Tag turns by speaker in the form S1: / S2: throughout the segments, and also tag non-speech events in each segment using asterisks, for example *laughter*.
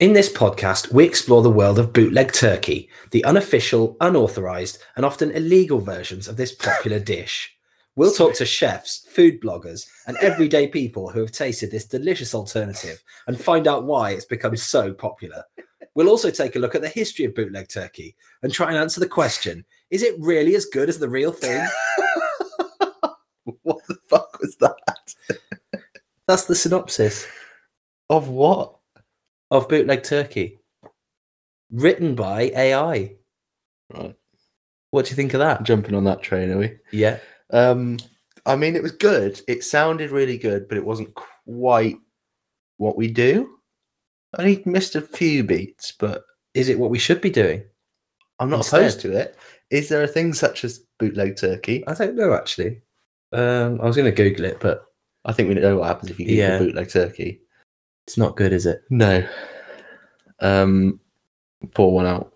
S1: In this podcast, we explore the world of bootleg turkey, the unofficial, unauthorized, and often illegal versions of this popular dish. We'll talk to chefs, food bloggers, and everyday people who have tasted this delicious alternative and find out why it's become so popular. We'll also take a look at the history of bootleg turkey and try and answer the question is it really as good as the real thing?
S2: *laughs* What the fuck was that?
S1: That's the synopsis
S2: Of what?
S1: of bootleg turkey, written by AI.
S2: Right.
S1: What do you think of that?
S2: Jumping on that train, are we?
S1: Yeah.
S2: Um, I mean, it was good. It sounded really good, but it wasn't quite what we do. I only missed a few beats, but
S1: Is it what we should be doing?
S2: I'm not
S1: Instead-
S2: opposed to it. Is there a thing such as bootleg turkey?
S1: I don't know actually. Um, I was going to Google it, but
S2: I think we know what happens if you Google
S1: Yeah.
S2: bootleg turkey.
S1: it's not good, is it? *laughs*
S2: No. Um, pour one out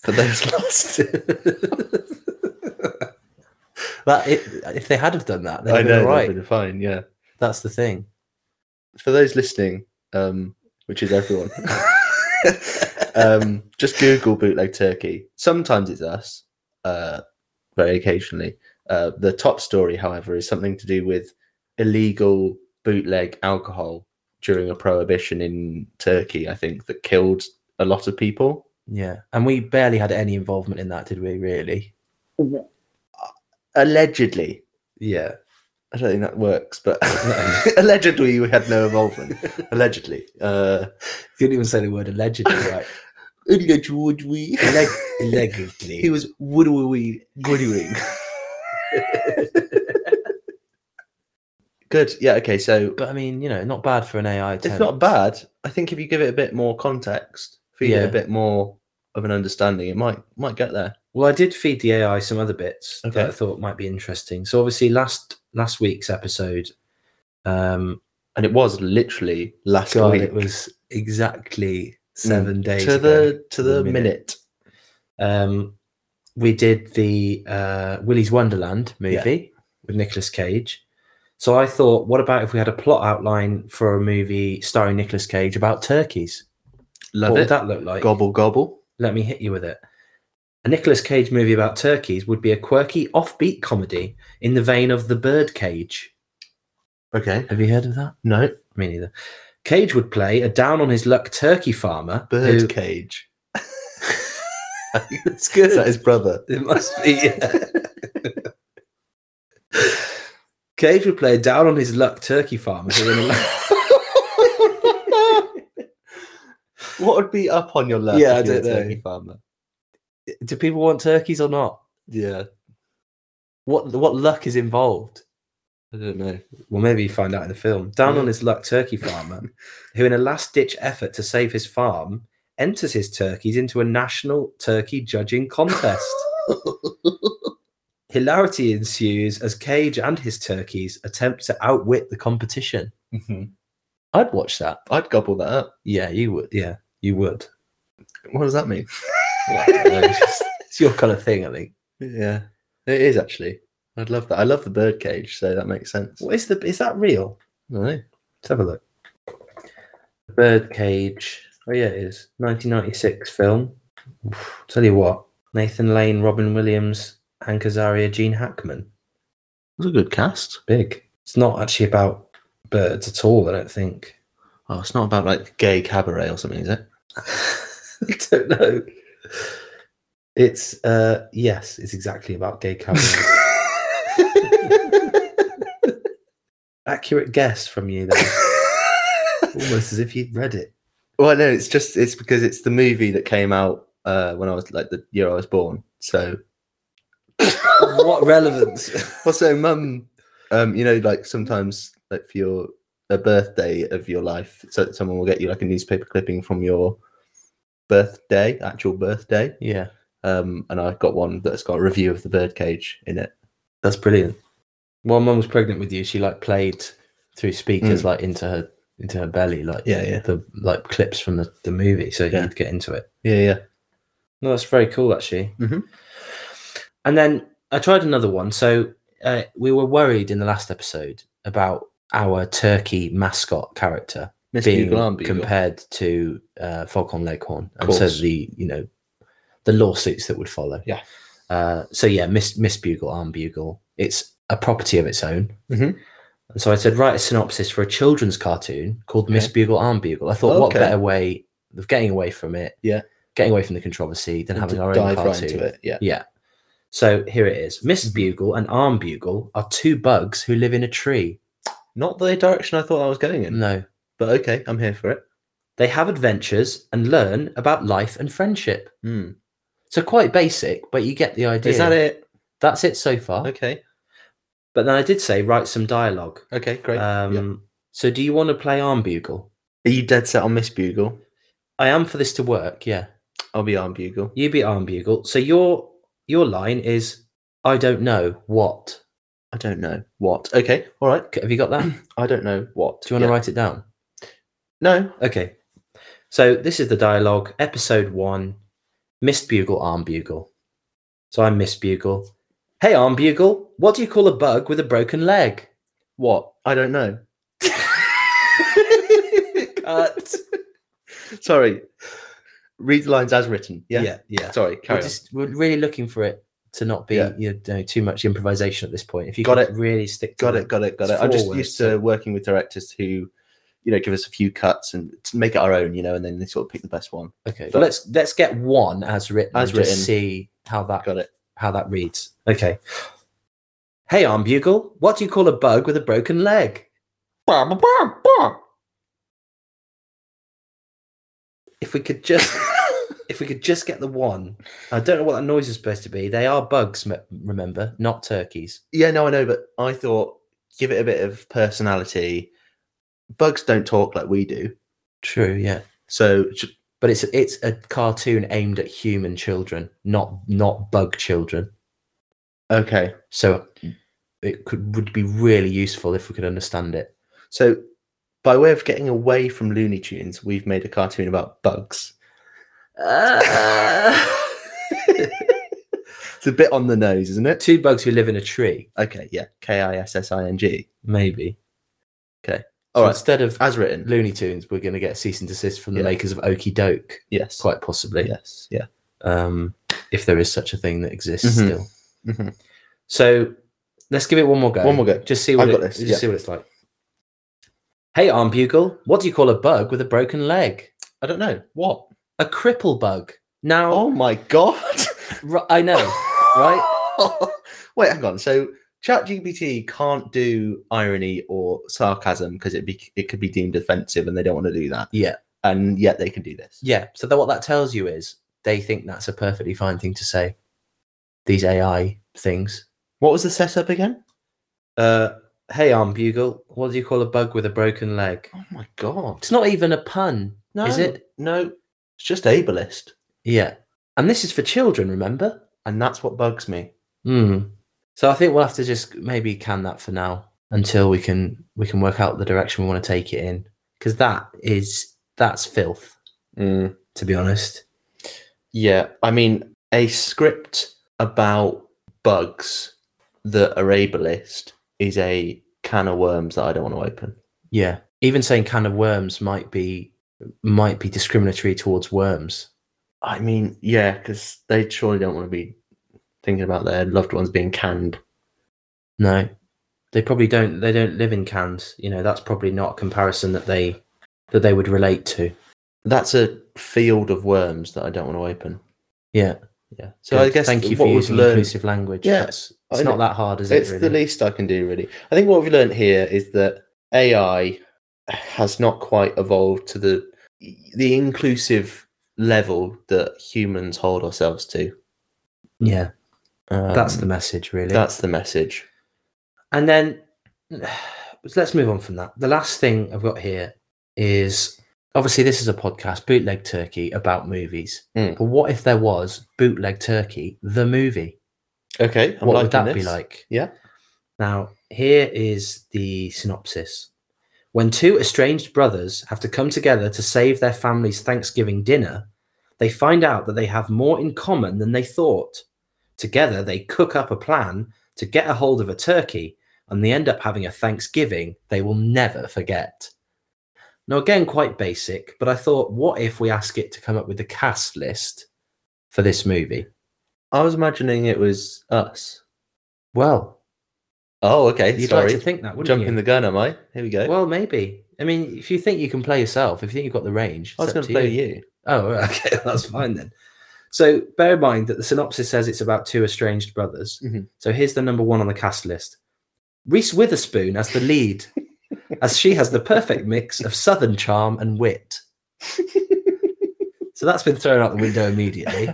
S2: for *laughs* those lost.
S1: that it, if they had have done that, they'd
S2: I
S1: have
S2: know,
S1: been right.
S2: right. fine, yeah.
S1: That's the thing.
S2: For those listening, um, which is everyone, um, just Google bootleg turkey. Sometimes it's us, uh, very occasionally. Uh, the top story, however, is something to do with illegal bootleg alcohol during a prohibition in Turkey, I think, that killed a lot of people.
S1: yeah, and we barely had any involvement in that, did we? Really?
S2: Allegedly.
S1: Yeah.
S2: I don't think that works, *laughs* but
S1: No.
S2: allegedly we had no *laughs* involvement. allegedly. Uh,
S1: Couldn't even say the word allegedly *laughs* right.
S2: allegedly.
S1: Alleg-
S2: he
S1: allegedly.
S2: was woodwee *laughs* goodwing. Good. Yeah. Okay. So
S1: *laughs* But I mean, you know, not bad for an AI.
S2: it's
S1: attempt.
S2: not bad. I think if you give it a bit more context, feed it
S1: Yeah.
S2: a bit more of an understanding, it might might get there.
S1: Well, I did feed the AI some other bits
S2: Okay.
S1: that I thought might be interesting. So obviously, last last week's episode, um,
S2: And it was literally last
S1: God,
S2: week
S1: it was exactly seven days
S2: Mm. to
S1: ago.
S2: the to the,
S1: the minute.
S2: minute.
S1: Um, we did the uh, Willy's Wonderland movie with Nicolas Cage. So I thought, what about if we had a plot outline for a movie starring Nicolas Cage about turkeys?
S2: Love
S1: what
S2: it.
S1: would that look like?
S2: Gobble gobble.
S1: Let me hit you with it. A Nicolas Cage movie about turkeys would be a quirky, offbeat comedy in the vein of The Birdcage.
S2: Okay.
S1: Have you heard of that?
S2: No.
S1: Me neither. Cage would play a down on his luck turkey farmer.
S2: Bird
S1: who-
S2: cage. *laughs*
S1: it's good.
S2: Is that his brother?
S1: It must be. yeah. Cage would play down on his luck turkey farmer. who in a-
S2: What would be up on your left?
S1: Yeah,
S2: if
S1: I
S2: you were
S1: don't
S2: a
S1: know.
S2: turkey farmer?
S1: *laughs* Do people want turkeys or not?
S2: Yeah,
S1: What what luck is involved?
S2: I don't know.
S1: Well, maybe you find out in the film. Down on
S2: Yeah.
S1: his luck turkey farmer, who in a last ditch effort to save his farm, enters his turkeys into a national turkey judging contest. Hilarity ensues as Cage and his turkeys attempt to outwit the competition.
S2: Mhm.
S1: I'd watch that.
S2: I'd gobble that up.
S1: Yeah, you would. Yeah, you *laughs* would.
S2: What does that mean?
S1: Well, I don't know, it's,
S2: *laughs*
S1: just- it's your kind of thing, I think.
S2: yeah, it is actually. I'd love that. I love the bird cage, so that makes sense.
S1: What is the? Is that real?
S2: No,
S1: Let's have a look. Birdcage. Oh yeah, it is. 1996 film. Oof, *sighs* tell you what, Nathan Lane, Robin Williams, Hank Azaria, Gene Hackman.
S2: was a good cast.
S1: Big. It's not actually about birds at all. I don't think. *laughs*
S2: Oh, it's not about like gay cabaret or something, *laughs* is it?
S1: I don't know. It's uh yes, it's exactly about gay cameras. *laughs* Accurate guess from you there. Almost as if you'd read it.
S2: well, no, it's just it's because it's the movie that came out uh, when I was like the year I was born. So
S1: What relevance?
S2: Also, mum, um, you know, like sometimes, like for your a birthday of your life, so someone will get you like a newspaper clipping from your birthday, actual birthday.
S1: Yeah,
S2: Um, and I've got one that's got a review of the birdcage in it.
S1: that's brilliant. While mum was pregnant with you, she like played through speakers like into her into her belly, like
S2: Yeah, yeah.
S1: the like clips from the, the movie, so
S2: Yeah.
S1: you'd get into it.
S2: Yeah, yeah.
S1: No, that's very cool, actually.
S2: Mhm.
S1: And then I tried another one. So uh, we were worried in the last episode about our turkey mascot character.
S2: Miss
S1: being
S2: Bugle Arm Bugle.
S1: compared to uh, Foghorn Leghorn, and
S2: Course.
S1: so the you know the lawsuits that would follow.
S2: Yeah.
S1: Uh, so yeah, Miss Miss Bugle, Arm Bugle. It's a property of its own.
S2: Mhm.
S1: And so I said, write a synopsis for a children's cartoon called Miss
S2: Okay.
S1: Bugle, Arm Bugle. I thought, what
S2: Okay.
S1: better way of getting away from it?
S2: Yeah.
S1: Getting away from the controversy than
S2: And
S1: having
S2: to
S1: our own
S2: dive
S1: cartoon.
S2: right into it. Mm-hmm. Yeah.
S1: Yeah. So here it is. Miss Bugle and Arm Bugle are two bugs who live in a tree.
S2: Not the direction I thought I was going in,
S1: No.
S2: but okay, I'm here for it.
S1: They have adventures and learn about life and friendship.
S2: Hmm.
S1: So quite basic, but you get the idea.
S2: Is that it?
S1: That's it so far.
S2: Okay.
S1: But then I did say write some dialogue.
S2: Okay. Great.
S1: Um,
S2: Yeah.
S1: So do you want to play Arm Bugle?
S2: Are you dead set on Miss Bugle?
S1: I am for this to work. Yeah.
S2: I'll be Arm Bugle.
S1: You be Arm Bugle. So your your line is I don't know what.
S2: I don't know what. Okay. All right.
S1: C- Have you got that? do
S2: I don't know what.
S1: you want to write it down?
S2: No.
S1: Okay. So this is the dialogue, episode one, Miss Bugle, Arm Bugle. So I'm Miss Bugle. Hey, Arm Bugle, what do you call a bug with a broken *laughs* leg?
S2: What? I don't know.
S1: *laughs* Cut.
S2: *laughs* Sorry. Read the lines as written. Yeah.
S1: yeah. yeah.
S2: Sorry.
S1: We're
S2: Carry on.
S1: just we're really looking for it to not be
S2: Yeah.
S1: you know too much improvisation at this point. If you
S2: Got
S1: could
S2: it.
S1: really stick to
S2: Got it. Got it. Got it.
S1: It's
S2: I'm just
S1: forward,
S2: used
S1: so-
S2: to working with directors who, you know, give us a few cuts and to make it our own, you know, and then they sort of pick the best one.
S1: Okay. But let's let's get one as written.
S2: As
S1: and just
S2: written.
S1: See how that
S2: Got it.
S1: how that reads. Okay. Hey, Arm Bugle, what do you call a bug with a broken leg? If we could
S2: *laughs*
S1: just, if we could just get the one. I don't know what that noise is supposed to be. They are bugs, m- remember, not turkeys.
S2: Yeah. No, I know, but I thought give it a bit of personality. Bugs don't talk like we do.
S1: True, yeah.
S2: So j-
S1: But it's it's a cartoon aimed at human children, not not bug children.
S2: okay.
S1: So it could would be really useful if we could understand
S2: *laughs*
S1: it.
S2: So by way of getting away from Looney Tunes, we've made a cartoon about bugs. *laughs* It's a bit on the nose, isn't it?
S1: two bugs who live in a tree,
S2: Okay, yeah. K I S S I N G.
S1: maybe. So
S2: All right,
S1: Instead of
S2: as written.
S1: Looney Tunes, we're going to get cease and desist from the
S2: Yeah.
S1: makers of Okey Doke,
S2: Yes.
S1: quite possibly,
S2: Yes. Yeah.
S1: um, if there is such a thing that exists
S2: Mhm.
S1: still. So let's give it one more go.
S2: One more go.
S1: Just see what
S2: I've
S1: it,
S2: got this,
S1: Just
S2: yeah.
S1: see what it's like. Hey, Arm Bugle, what do you call a bug with a broken leg?
S2: I don't know what.
S1: A cripple bug. Now,
S2: Oh my god! *laughs*
S1: ri- I know.
S2: right. *laughs* Wait, hang on. So ChatGPT can't do irony or sarcasm because it be it could be deemed offensive, and they don't want to do that.
S1: Yeah.
S2: And yet they can do this.
S1: Yeah. So that, what that tells you is they think that's a perfectly fine thing to say. These AI things.
S2: What was the setup again?
S1: Uh, hey, Arm Bugle, what do you call a bug with a broken leg?
S2: Oh my god!
S1: It's not even a pun.
S2: No,
S1: Is it?
S2: No, it's just ableist,
S1: Yeah. And this is for children, remember?
S2: and that's what bugs me.
S1: Hmm. So I think we'll have to just maybe can that for now until we can we can work out the direction we want to take it in because that is that's filth to be honest.
S2: Yeah, I mean, a script about bugs that are ableist is a can of worms that I don't want to open.
S1: Yeah. Even saying can of worms might be might be discriminatory towards worms.
S2: I mean, yeah, because they surely don't want to be thinking about their loved ones being canned.
S1: No. They probably don't they don't live in cans, you know, that's probably not a comparison that they that they would relate to.
S2: That's a field of worms that I don't want to open.
S1: Yeah.
S2: Yeah. So I
S1: Good.
S2: guess
S1: thank you
S2: what
S1: for
S2: we've
S1: using
S2: learned,
S1: inclusive language.
S2: Yeah,
S1: That's- it's
S2: I
S1: not
S2: know.
S1: that hard, is
S2: it's
S1: it?
S2: the
S1: Really?
S2: least I can do, really. I think what we've learned here is that AI has not quite evolved to the the inclusive level that humans hold ourselves to.
S1: yeah,
S2: Um,
S1: that's the message, really.
S2: that's the message.
S1: And then *sighs* let's move on from that. The last thing I've got here is obviously this is a podcast, Bootleg Turkey, about movies.
S2: Mm.
S1: But what if there was Bootleg Turkey, the movie?
S2: Okay, I'm
S1: what would
S2: liking
S1: that be
S2: this.
S1: like?
S2: Yeah.
S1: Now, here is the synopsis. When two estranged brothers have to come together to save their family's Thanksgiving dinner, they find out that they have more in common than they thought. Together, they cook up a plan to get a hold of a turkey, and they end up having a Thanksgiving they will never forget. Now, again, quite basic, but I thought, what if we ask it to come up with the cast list for this movie?
S2: I was imagining it was us.
S1: Well,
S2: Oh, okay.
S1: you'd
S2: sorry.
S1: like to think that, wouldn't
S2: Jumping
S1: you?
S2: the gun, am I? Here we go.
S1: Well, maybe. I mean, if you think you can play yourself, if you think you've got the range,
S2: I was
S1: it's up
S2: going to play
S1: you.
S2: you. Mm-hmm.
S1: Oh, right, *laughs* okay, that's fine then. So bear in mind that the synopsis says it's about two estranged brothers.
S2: Mhm.
S1: So here's the number one on the cast list: Reese Witherspoon as the
S2: *laughs*
S1: lead, as she has the perfect mix of southern charm and
S2: *laughs*
S1: wit. so that's been thrown out the window immediately.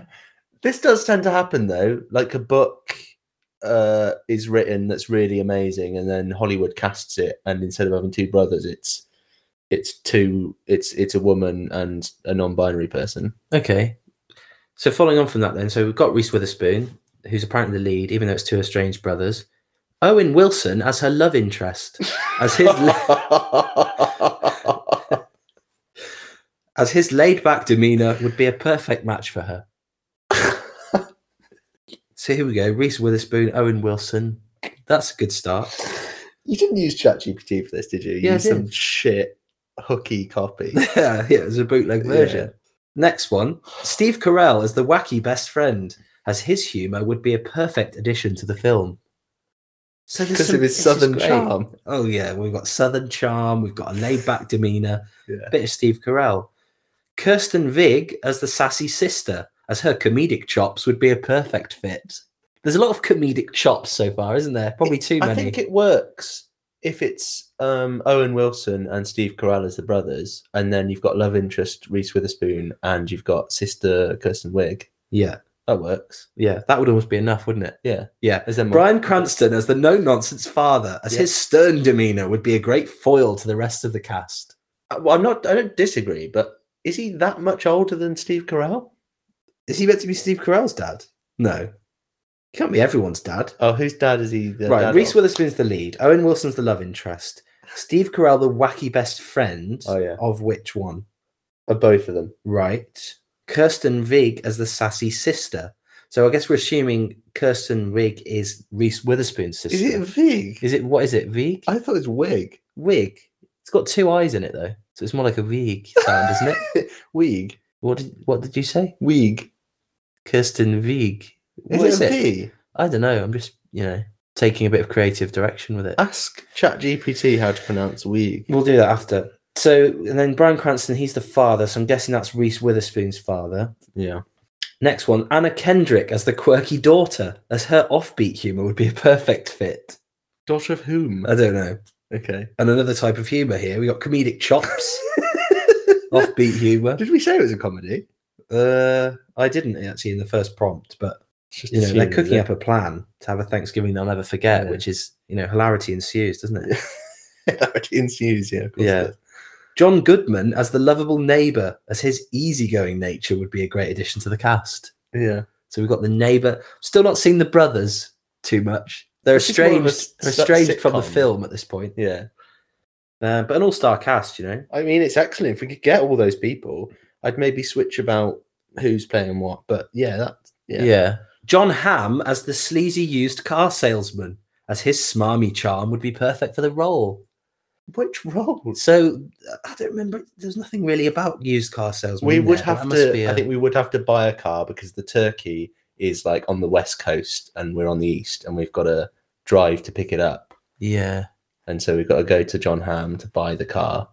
S2: This does tend to happen though. Like a book uh, is written that's really amazing, and then Hollywood casts it, and instead of having two brothers, it's it's two. It's it's a woman and a non-binary person. *laughs*
S1: Okay. So following on from that, then, so we've got Reese Witherspoon, who's apparently the lead, even though it's two estranged brothers. Owen Wilson as her love
S2: *laughs*
S1: interest, as his la- as his laid back demeanor would be a perfect match for
S2: *laughs*
S1: her. so here we go Reese Witherspoon, Owen Wilson. That's a good start. *laughs*
S2: you didn't use ChatGPT for this, did you? You
S1: Yeah, I
S2: used some
S1: did.
S2: shit hooky copy.
S1: yeah, yeah, it was a bootleg version.
S2: Yeah.
S1: Next one Steve Carell as the wacky best friend, as his humor would be a perfect addition to the film. So there's
S2: Because
S1: some-
S2: of his
S1: this is
S2: southern
S1: great.
S2: charm.
S1: Oh yeah, we've got Southern charm, we've got a laid-back demeanor,
S2: Yeah.
S1: bit of Steve Carell, Kirsten Vig as the sassy sister, as her comedic chops would be a perfect fit. There's a lot of comedic chops so far, isn't there? Probably too
S2: I
S1: many.
S2: think it works if it's um, Owen Wilson and Steve Carell as the brothers, and then you've got love interest Reese Witherspoon, and you've got sister Kirsten Wig.
S1: Yeah,
S2: That works.
S1: yeah, that would almost be enough, wouldn't it?
S2: Yeah,
S1: Yeah.
S2: Is there more?
S1: Brian Cranston as the no-nonsense father, as
S2: Mm. Yeah.
S1: his stern demeanor would be a great foil to the rest of the cast.
S2: Uh, Well, I'm not. I don't disagree, but is he that much older than Steve Carell?
S1: Is he meant to be Steve Carell's dad? No, he can't be everyone's dad.
S2: Oh, whose dad is he? The
S1: right,
S2: dad
S1: Reese
S2: of?
S1: Witherspoon's the lead. Owen Wilson's the love interest. Steve Carell, the wacky best friend.
S2: Oh, yeah.
S1: Of which one?
S2: Of both of them.
S1: Right. Kirsten Vig as the sassy sister. So I guess we're assuming Kirsten Wig is Reese Witherspoon's sister.
S2: Vig?
S1: Is it what is it? Vig?
S2: I thought it was Wig.
S1: Wig. It's got two eyes in it though, so it's more like a
S2: *laughs*
S1: Vig sound, isn't it?
S2: Wig.
S1: What did What did you say?
S2: Wig.
S1: Kirsten Vig.
S2: Is
S1: What is
S2: it, a
S1: it?
S2: V?
S1: I don't know. I'm just you know taking a bit of creative direction with it.
S2: Ask ChatGPT how to pronounce Wig.
S1: We'll do that after. So, and then Brian Cranston, he's the father, so I'm guessing that's Reese Witherspoon's father.
S2: Yeah.
S1: Next one, Anna Kendrick as the quirky daughter, as her offbeat humor would be a perfect fit.
S2: Daughter of whom?
S1: I don't know.
S2: *laughs* Okay.
S1: And another type of humor here. We got comedic chops, offbeat humor.
S2: Did we say it was a comedy?
S1: Uh, I didn't actually in the first prompt, but you know they're cooking
S2: *laughs*
S1: up a plan to have a Thanksgiving they'll never forget,
S2: Yeah.
S1: which is you know hilarity ensues, doesn't it?
S2: it ensues, yeah. Of course
S1: Yeah.
S2: it does.
S1: John Goodman as the lovable neighbor, as his easygoing nature would be a great addition to the cast.
S2: Yeah.
S1: So we've got the neighbor. Still not seen the brothers too much. They're
S2: This is more of a
S1: estranged.
S2: s-
S1: They're estranged from the
S2: sitcom.
S1: film at this point.
S2: Yeah.
S1: Uh, but an all-star cast, you know.
S2: I mean, it's excellent. If we could get all those people, I'd maybe switch about who's playing what. But yeah, that yeah.
S1: John Hamm as the sleazy used car salesman, as his smarmy charm would be perfect for the role.
S2: Which roles?
S1: So uh, I don't remember. There's nothing really about used car salesman.
S2: We
S1: in
S2: would
S1: there, but
S2: have
S1: that must
S2: to.
S1: be
S2: I
S1: a-
S2: think we would have to buy a car because the turkey is like on the west coast and we're on the east, and we've got to drive to pick it up.
S1: yeah.
S2: And so we've got to go to John Ham to buy the car,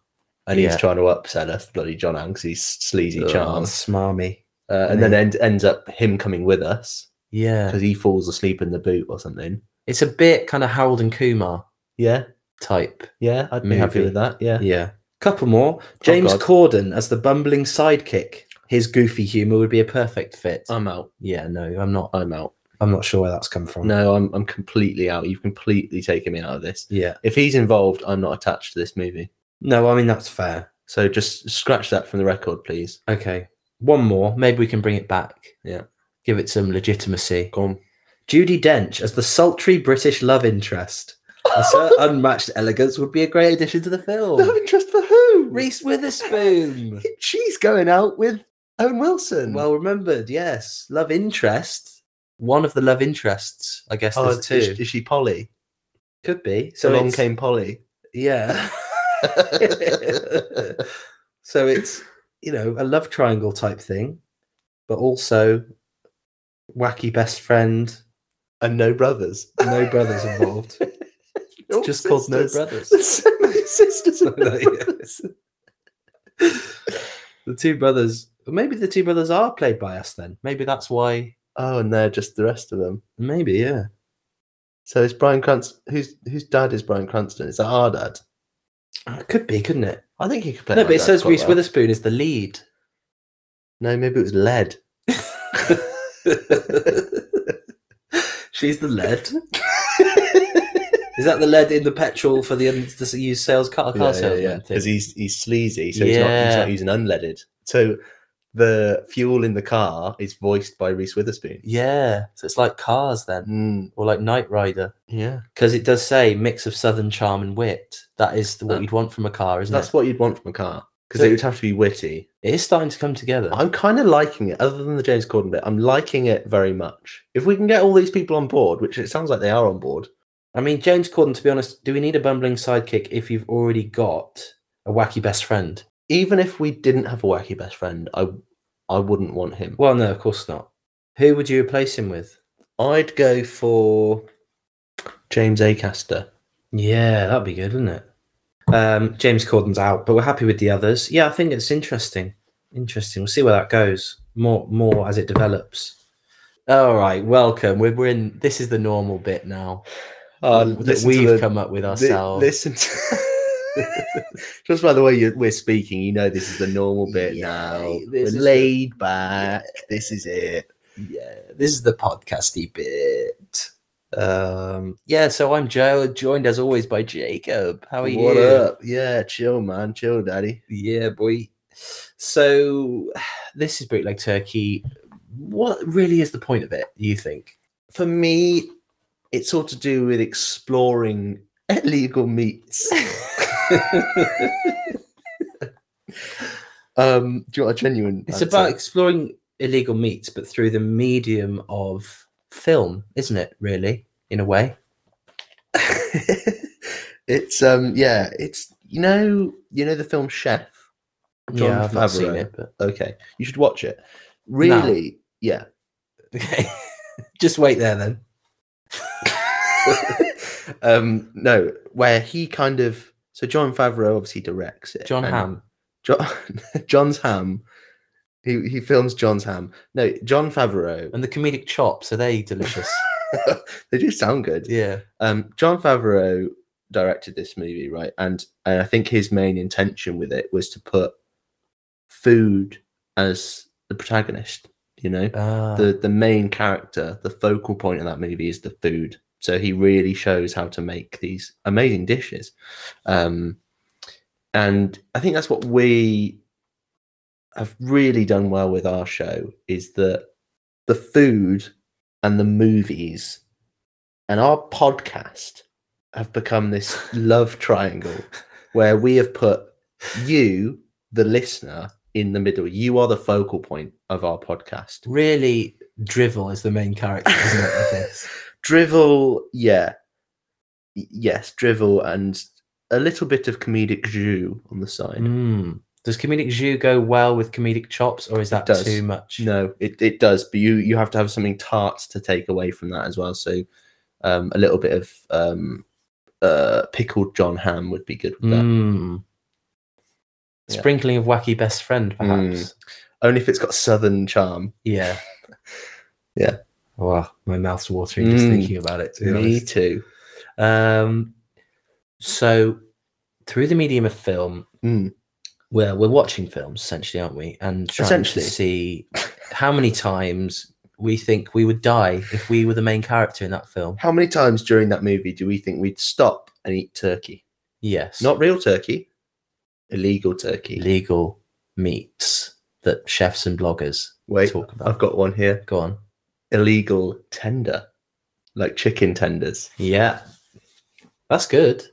S2: and
S1: Yeah.
S2: he's trying to upsell us, bloody John Ham, 'cause he's sleazy
S1: Oh,
S2: charm.
S1: smarmy.
S2: Uh, and then end, ends up him coming with us
S1: Yeah.
S2: because he falls asleep in the boot or something.
S1: It's a bit kind of Harold and Kumar
S2: Yeah,
S1: type.
S2: yeah, I'd be happy
S1: Movie.
S2: with that. Yeah, Oh,
S1: Yeah. Couple more. James
S2: God.
S1: Corden as the bumbling sidekick. His goofy humor would be a perfect fit.
S2: I'm out.
S1: yeah, no, I'm not.
S2: I'm out.
S1: I'm not sure where that's come from.
S2: No, I'm I'm completely out. You've completely taken me out of this.
S1: Yeah.
S2: If he's involved, I'm not attached to this movie.
S1: No, I mean that's fair.
S2: So just scratch that from the record, please.
S1: Okay. One more. Maybe we can bring it back.
S2: Yeah.
S1: Give it some legitimacy.
S2: *laughs* Come.
S1: Judy Dench as the sultry British love interest. As
S2: *laughs*
S1: her unmatched elegance would be a great addition to the film.
S2: interest for who?
S1: Reese Witherspoon.
S2: She's going out with Owen Wilson.
S1: well remembered, yes. Love interest. One of the love interests. I guess
S2: oh,
S1: there's
S2: is,
S1: two.
S2: is she Polly?
S1: Could be.
S2: So
S1: So
S2: long
S1: *laughs* it's-
S2: came Polly.
S1: Yeah. so it's you know a love triangle type thing, but also wacky best friend,
S2: *laughs* and no brothers.
S1: *laughs* no brothers
S2: *laughs*
S1: involved.
S2: No
S1: It's just called no
S2: sisters.
S1: *laughs* brothers.
S2: There's so many sisters. and
S1: No,
S2: no
S1: yeah.
S2: brothers.
S1: The two brothers, maybe the two brothers are played by us. Then maybe that's why.
S2: Oh, and they're just the rest of them.
S1: Maybe yeah.
S2: So it's Brian Cranston. Whose whose dad is Brian Cranston? Is that our dad?
S1: Oh, It could be, couldn't it?
S2: I think he could play.
S1: no,
S2: my
S1: but it
S2: dad
S1: says
S2: quite
S1: Reese
S2: well.
S1: Witherspoon is the lead. *laughs*
S2: No, maybe it was lead.
S1: She's the *laughs* lead. Is that the lead in the petrol for the un- the used sales car car salesman thing?
S2: Because he's he's sleazy, so he's, not, he's
S1: Yeah.
S2: not using unleaded. So the fuel in the car is voiced by Reese Witherspoon.
S1: Yeah, so it's like Cars then,
S2: Mm,
S1: or like Knight Rider,
S2: yeah,
S1: because it does say mix of southern charm and wit. That is the, what
S2: Uh,
S1: you'd want from a car, isn't
S2: that's
S1: it?
S2: what you'd want from a car because
S1: So-
S2: it would have to be witty.
S1: It is starting to come together.
S2: I'm kind of liking it, other than the James Corden bit. I'm liking it very much. If we can get all these people on board, which it sounds like they are on board,
S1: I mean, James Corden. To be honest, do we need a bumbling sidekick if you've already got a wacky best friend?
S2: even if we didn't have a wacky best friend, I I wouldn't want him.
S1: Well, no, of course not. Who would you replace him with?
S2: I'd go for James Acaster.
S1: Yeah, that'd be good, wouldn't it? Um, James Corden's out, but we're happy with the others. Yeah, I think it's interesting. Interesting. We'll see where that goes. More, more as it develops. All right, welcome. We're, we're in. This is the normal bit now
S2: Uh,
S1: that we've come up with
S2: Li-
S1: ourselves.
S2: listen to- *laughs* Just by the way you we're speaking, you know this is the normal bit
S1: Yeah,
S2: now.
S1: this
S2: We're
S1: is the-
S2: laid back. This is it.
S1: yeah, this is the podcasty bit. Um, yeah. So I'm Joe, joined as always by Jacob. How are you?
S2: what up? Yeah, chill, man. Chill, daddy.
S1: Yeah, boy. So *sighs* this is bootleg turkey. What really is the point of it? You think?
S2: For me, it's all to do with exploring *laughs* illegal
S1: *laughs*
S2: meats. um, do you want a genuine?
S1: It's
S2: answer?
S1: about exploring illegal meats, but through the medium of film, isn't it? Really, in a way.
S2: *laughs* it's um yeah, it's you know you know the film Chef. John
S1: yeah, I've not
S2: Favreau.
S1: seen it, but *laughs*
S2: Okay, you should watch it. Really, yeah. *laughs*
S1: okay. Just wait there then.
S2: um, no, where he kind of so John Favreau obviously directs it.
S1: John
S2: and
S1: Hamm.
S2: John, *laughs* John's ham. He he films John's ham. No, John Favreau.
S1: And the comedic chops, are they
S2: *laughs*
S1: delicious?
S2: they do sound good.
S1: yeah.
S2: um, John Favreau directed this movie, right? And and I think his main intention with it was to put food as the protagonist. You know,
S1: Ah,
S2: the the main character, the focal point of that movie is the food. So he really shows how to make these amazing dishes, um, and I think that's what we have really done well with our show is that the food and the movies and our podcast have become this love triangle where we have put you, the listener, in the middle. You are the focal point of our podcast.
S1: really, Drivel is the main character, isn't it?
S2: *laughs*
S1: I think?
S2: Drivel, yeah. Y- Yes, drivel and a little bit of comedic jus on the side.
S1: Mm. Does comedic jus go well with comedic chops, or is that
S2: does.
S1: too much?
S2: No, it, it does, but you you have to have something tart to take away from that as well. So um, a little bit of um, uh, pickled John ham would be good with that.
S1: Mm.
S2: Yeah.
S1: Sprinkling of wacky best
S2: Mm.
S1: friend, perhaps.
S2: Only if it's got southern charm.
S1: Yeah.
S2: *laughs* Yeah.
S1: Wow, my mouth's watering just
S2: Mm.
S1: thinking about it. To be
S2: Me
S1: honest.
S2: too.
S1: Um, so, through the medium of film,
S2: Mm.
S1: where we're watching films essentially, aren't we? And trying
S2: Essentially.
S1: to see how many times we think we would die if we were the main character in that film.
S2: How many times during that movie do we think we'd stop and eat turkey?
S1: Yes.
S2: Not real turkey, illegal turkey.
S1: legal meats that chefs and bloggers
S2: Wait,
S1: talk about.
S2: I've got one here.
S1: Go on.
S2: illegal tender, like chicken tenders.
S1: Yeah. That's good.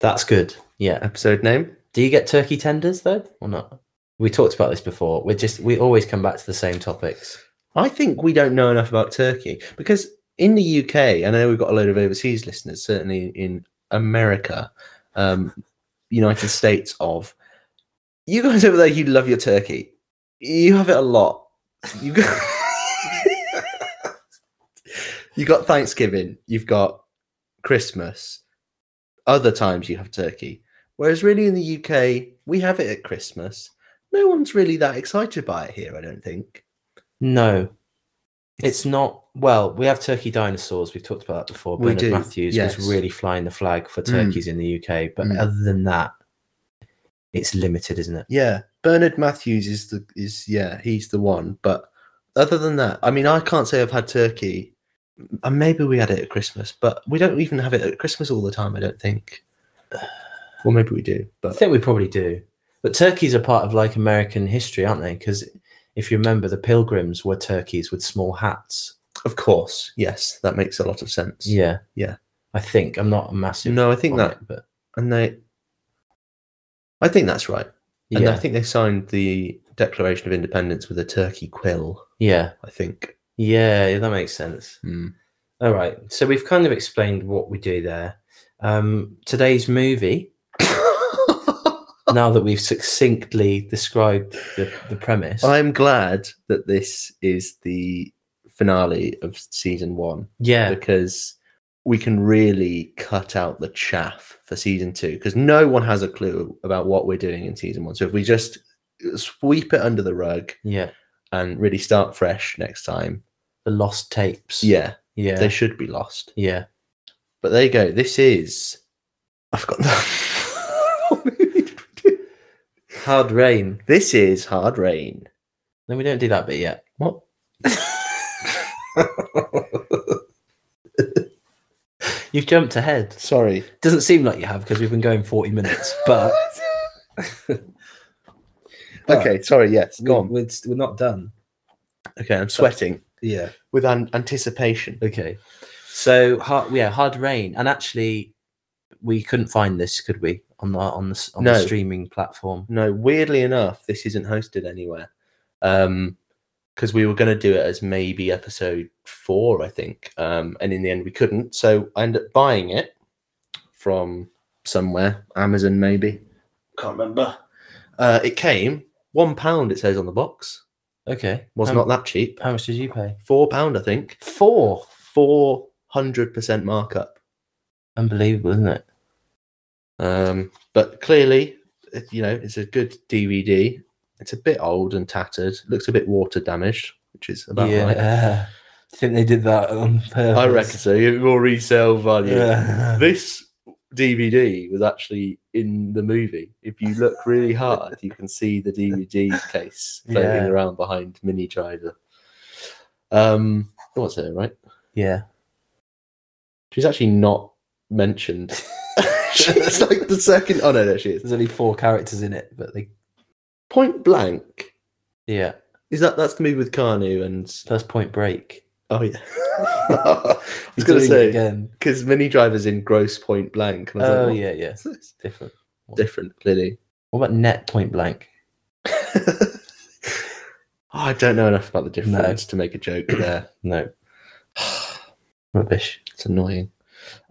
S1: That's good. Yeah.
S2: Episode name?
S1: Do you get turkey tenders though or not? We talked about this before. We're just we always come back to the same topics.
S2: I think we don't know enough about Turkey because in the UK, and I know we've got a load of overseas listeners, certainly in America, um, United States of you guys over there, you love your turkey. You have it a lot. You got, *laughs* you got Thanksgiving, you've got Christmas, other times you have turkey. Whereas really in the UK, we have it at Christmas. No one's really that excited by it here, I don't think.
S1: No, it's not. Well, we have turkey dinosaurs. We've talked about that before.
S2: We
S1: Bernard
S2: do,
S1: Matthews
S2: yes.
S1: was really flying the flag for
S2: Mm.
S1: turkeys in the UK, but
S2: Mm.
S1: other than that, it's limited, isn't it?
S2: Yeah, Bernard Matthews is the is yeah, he's the one. But other than that, I mean, I can't say I've had turkey. And maybe we had it at Christmas, but we don't even have it at Christmas all the time. I don't think. *sighs* Well, maybe we do,
S1: I
S2: but
S1: think we probably do. But turkeys are part of like American history, aren't they? Because if you remember, the pilgrims were turkeys with small hats.
S2: of course, yes, that makes a lot of sense.
S1: Yeah,
S2: Yeah.
S1: I think I'm not a massive.
S2: No, I think
S1: on
S2: that,
S1: it, but
S2: and they, I think that's right.
S1: yeah,
S2: And I think they signed the Declaration of Independence with a turkey quill.
S1: yeah, *laughs*
S2: I think.
S1: yeah, yeah, that makes sense.
S2: Hmm.
S1: All right, so we've kind of explained what we do there. Um, today's movie.
S2: *laughs*
S1: now that we've succinctly described the, the premise,
S2: I'm glad that this is the finale of season one
S1: yeah,
S2: because we can really cut out the chaff for season two because no one has a clue about what we're doing in season one. So if we just sweep it under the rug
S1: yeah,
S2: and really start fresh next time,
S1: the lost tapes,
S2: yeah,
S1: yeah,
S2: they should be lost.
S1: yeah.
S2: But there you go. This is. I've got that.
S1: Hard rain.
S2: *laughs* this is Hard Rain.
S1: No, we don't do that bit yet.
S2: *laughs* What?
S1: You've jumped ahead.
S2: Sorry.
S1: Doesn't seem like you have because we've been going 40 minutes, but
S2: *laughs* okay, sorry. Yes,
S3: We-
S2: go
S1: Hmm.
S2: on.
S3: We're, we're not done.
S2: Okay, I'm sweating
S3: Yeah.
S2: with an- anticipation.
S1: okay. So, hard, yeah, hard rain. And actually, we couldn't find this, could we, on the on the, s- on
S2: No.
S1: the streaming platform?
S2: No, weirdly enough, this isn't hosted anywhere. Um, because we were going to do it as maybe episode four, I think. Um, and in the end, we couldn't. So I ended up buying it from somewhere, Amazon maybe. Can't remember. Uh, it came one pound. It says on the box.
S1: Okay,
S2: Was
S1: how,
S2: not that cheap.
S1: How much did you pay?
S2: Four pound, I think.
S1: Four.
S2: Four hundred percent markup.
S1: Unbelievable, isn't it?
S2: Um, but clearly, it- you know, it's a good DVD. It's a bit old and tattered. Looks a bit water damaged, which is about right.
S1: yeah. *laughs* I think they did that on purpose.
S2: I reckon so. It will resale value.
S1: *laughs* Yeah.
S2: This DVD was actually in the movie. If you look really hard, you can see the DVD case floating
S1: Yeah.
S2: around behind Mini Driver. Um, what's her right?
S1: Yeah.
S2: She's actually not mentioned. *laughs* She's like the second. Oh no, there she is.
S1: There's only four characters in it, but they.
S2: Point blank.
S1: Yeah.
S2: Is that that's the movie with Carnu and
S1: That's Point Break.
S2: oh
S1: *laughs*
S2: yeah. I was
S1: He's
S2: gonna
S1: doing it
S2: say
S1: again.
S2: because Mini Driver's in Gross Point Blank. And I was
S1: Oh
S2: like,
S1: yeah, yeah.
S2: what's this?
S1: Different.
S2: Different, clearly.
S1: What about Net Point Blank?
S2: Oh, I don't know enough about the difference to make a joke there.
S1: No. Rubbish.
S2: It's annoying.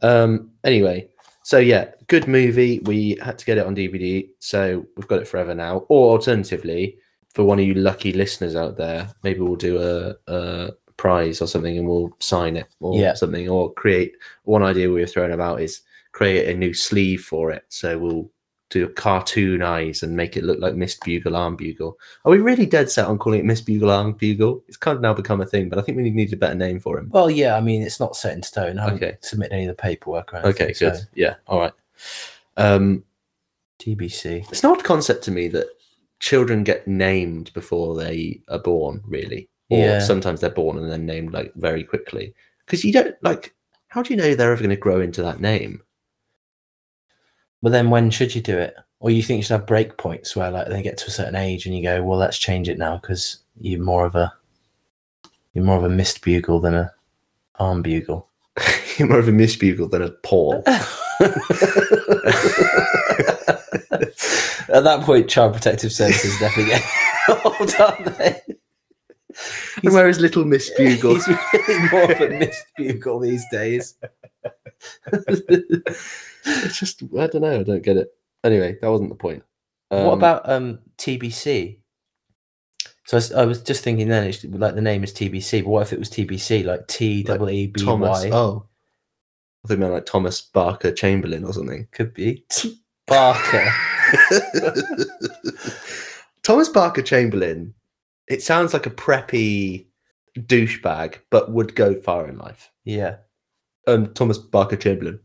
S2: Um. Anyway, so yeah, good movie. We had to get it on DVD, so we've got it forever now. Or alternatively, for one of you lucky listeners out there, maybe we'll do a, a prize or something, and we'll sign it or
S1: Yeah.
S2: something, or create. One idea we were throwing about is create a new sleeve for it. So we'll do cartoon eyes and make it look like Miss Bugle Arm Bugle. Are we really dead set on calling it Miss Bugle Arm Bugle? It's kind of now become a thing, but I think we need a better name for him.
S1: Well, yeah. I mean, it's not set in stone. I haven't
S2: Okay.
S1: submitted any of the paperwork. Or anything,
S2: Okay, good.
S1: so
S2: Yeah, all right. Um,
S1: TBC.
S2: it's an odd concept to me that children get named before they are born, really. Or
S1: Yeah.
S2: sometimes they're born and then named like very quickly. Because you don't like, how do you know they're ever going to grow into that name? *laughs*
S1: But then, when should you do it? Or you think you should have break points where, like, they get to a certain age and you go, "Well, let's change it now because you're more of a you're more of a missed bugle than a arm bugle." *laughs*
S2: You're more of a misbugle than a Paul.
S1: At that point, Child Protective Services definitely *laughs* get involved, aren't they?
S2: and whereas little Miss
S1: *laughs*
S2: Bugle,
S1: He's really more of a missed bugle these days.
S2: *laughs* it's just, I don't know, I don't get it. Anyway, that wasn't the point. Um,
S1: what about um TBC? So I s- I, was just thinking then, it's like the name is TBC, but what if it was TBC, like T double E B
S2: Thomas?
S1: Y?
S2: Oh, I think meant like Thomas Barker Chamberlain or something.
S1: Could *laughs* be Barker.
S2: *laughs* Thomas Barker Chamberlain. It sounds like a preppy douchebag, but would go far in life.
S1: yeah,
S2: Um, Thomas Barker Chamberlain.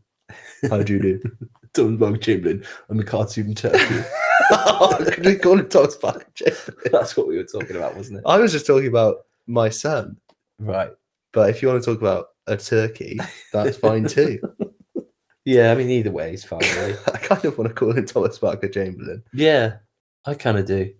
S2: How do you do?
S1: *laughs* Thomas Barker Chamberlain. I'm a cartoon
S2: *laughs*
S1: turkey.
S2: oh, could we call him Thomas Barker Chamberlain?
S1: That's what we were talking about, wasn't it?
S2: I was just talking about my son,
S1: Right.
S2: but if you want to talk about a turkey, that's
S1: *laughs*
S2: fine too.
S1: Yeah, I mean either way is fine. Really.
S2: I kind of want to call him Thomas Barker Chamberlain.
S1: *laughs* yeah, I kind of do.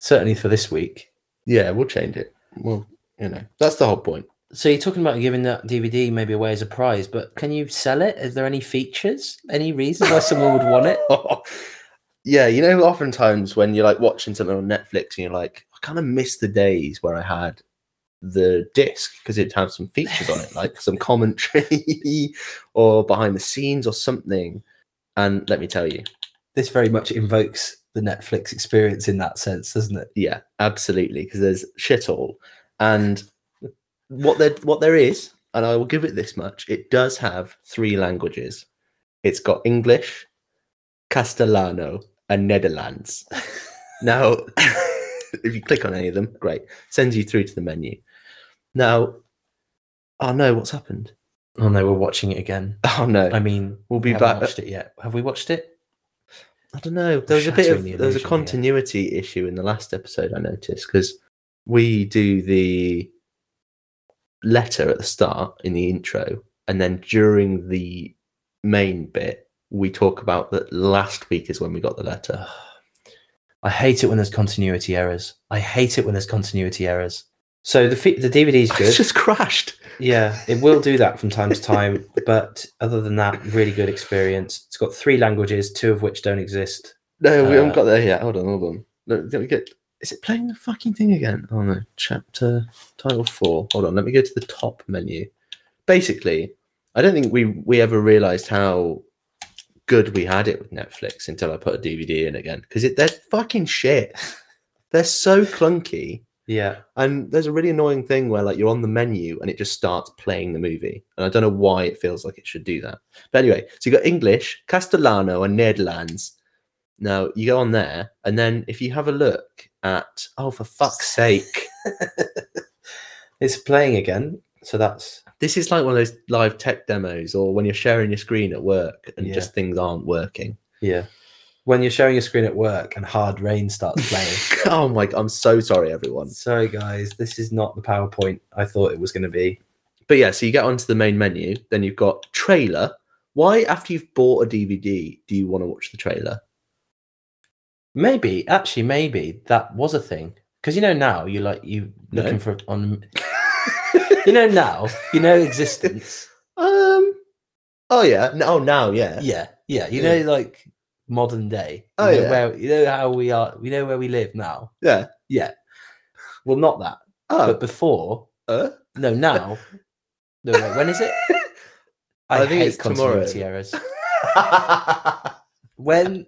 S1: Certainly for this week.
S2: Yeah, we'll change it. Well, you know, that's the whole point.
S1: So you're talking about giving that DVD maybe away as a prize, but can you sell it? Is there any features? Any reason why someone would want it?
S2: *laughs* yeah, you know, oftentimes when you're like watching something on Netflix and you're like, I kind of miss the days where I had the disc because it'd have some features on it,
S1: *laughs*
S2: like some commentary or behind the scenes or something. And let me tell you,
S1: *laughs* This very much invokes the Netflix experience in that sense, doesn't it?
S2: yeah, absolutely, because there's shit all. And what there what there is, and I will give it this much, it does have three languages. It's got English, Castellano, and Netherlands. *laughs* now, *laughs* if you click on any of them, great. Sends you through to the menu. Now, oh no, what's happened? *laughs*
S1: Oh no, we're watching it again.
S2: Oh no.
S1: I mean,
S2: We'll be
S1: we haven't
S2: back-
S1: Watched it yet? Have we watched it?
S2: I don't know. There was a bit
S1: shattering
S2: of
S1: the
S2: there was a
S1: illusion here.
S2: continuity issue in the last episode. I noticed because we do the letter at the start in the intro, and then during the main bit, we talk about that last week is when we got the letter.
S1: I hate it when there's continuity errors. I hate it when there's continuity errors. So the fe- the *laughs* DVD's good.
S2: It's just crashed.
S1: Yeah, it will do that from time to time. *laughs* But other than that, really good experience. It's got three languages, two of which don't exist.
S2: No, we
S1: Uh,
S2: haven't got there yet. Hold on, hold on. Look, let me get. Is it playing the fucking thing again? Oh no, chapter title four. Hold on, let me go to the top menu. Basically, I don't think we we ever realised how good we had it with Netflix until I put a DVD in again because they're fucking shit. *laughs* they're so clunky,
S1: Yeah.
S2: and there's a really annoying thing where like you're on the menu and it just starts playing the movie, and I don't know why it feels like it should do that. But anyway, so you got English, Castellano, and Nederlands. Now you go on there, and then if you have a look at oh for fuck's sake,
S1: It's playing again. So that's
S2: this is like one of those live tech demos, or when you're sharing your screen at work and
S1: Yeah.
S2: just things aren't working. *laughs*
S1: yeah. When you're showing your screen at work and hard rain starts *laughs* playing.
S2: oh my! I'm so sorry, everyone.
S1: Sorry guys, this is not the PowerPoint I thought it was gonna be.
S2: But yeah, so you get onto the main menu, then you've got trailer. Why, after you've bought a DVD, do you want to watch the trailer?
S1: Maybe, actually maybe that was a thing. Because you know now you're like you
S2: No.
S1: looking
S2: *laughs*
S1: for on You know now, you know existence.
S2: Um. Oh yeah. No. Now *laughs* yeah.
S1: Yeah, yeah. You
S2: Yeah.
S1: know like modern day. You
S2: Oh,
S1: know
S2: yeah.
S1: where you know how we are we know where we live now.
S2: Yeah.
S1: Well, not that, *laughs*
S2: Oh.
S1: but before.
S2: uh,
S1: No,
S2: *laughs*
S1: now. no, wait, when is it? I,
S2: I think
S1: hate
S2: it's tomorrow.
S1: continuity errors. When,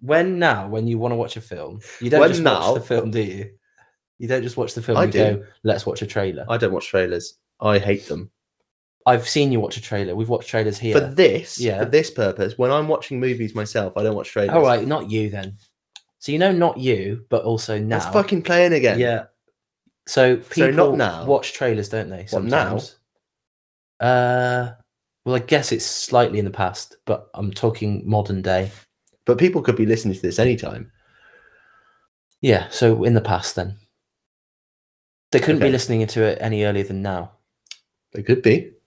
S1: when now? When you want to watch a film, you don't
S2: When
S1: just
S2: now?
S1: watch the film, do you? You don't just watch the film.
S2: I
S1: and
S2: do.
S1: go, let's watch a trailer.
S2: I don't watch trailers. I hate them.
S1: I, have seen you watch a trailer. We've watched trailers here.
S2: For this,
S1: Yeah.
S2: for this purpose, when I'm watching movies myself, I don't watch trailers.
S1: All right, not you then. So you know, not you, but also now.
S2: That's fucking playing again.
S1: Yeah. So people
S2: not now.
S1: watch trailers, don't they?
S2: What, now?
S1: Sometimes. Uh, well, I guess it's slightly in the past, but I'm talking modern day.
S2: But people could be listening to this anytime.
S1: Yeah, so in the past then. They couldn't be
S2: Okay.
S1: listening to it any earlier than now.
S2: They could be.
S1: *laughs*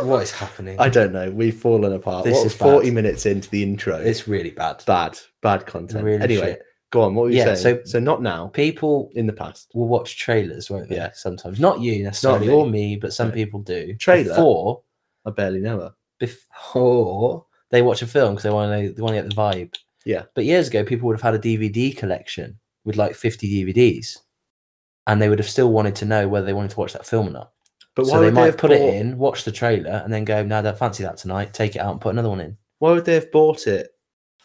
S1: What is happening?
S2: I don't know. We've fallen apart.
S1: This
S2: What-
S1: is bad.
S2: 40 minutes into the intro.
S1: it's really bad.
S2: bad, bad content.
S1: Really
S2: anyway,
S1: shit.
S2: go on. What were you
S1: Yeah,
S2: saying?
S1: so-
S2: So, not now,
S1: People
S2: in the past.
S1: will watch trailers, won't they?
S2: Yeah.
S1: Sometimes. Not you necessarily
S2: me.
S1: or me, but some
S2: No.
S1: people do.
S2: Trailer?
S1: Before,
S2: I barely know her.
S1: before they watch a film because they want to know they want to get the vibe.
S2: Yeah.
S1: But years ago, people would have had a DVD collection with like 50 DVDs, and they would have still wanted to know whether they wanted to watch that film or not.
S2: But why
S1: so they
S2: would
S1: might
S2: have
S1: put
S2: bought-
S1: it in, watch the trailer, and then go, "No, I don't fancy that tonight." Take it out and put another one in.
S2: Why would they have bought it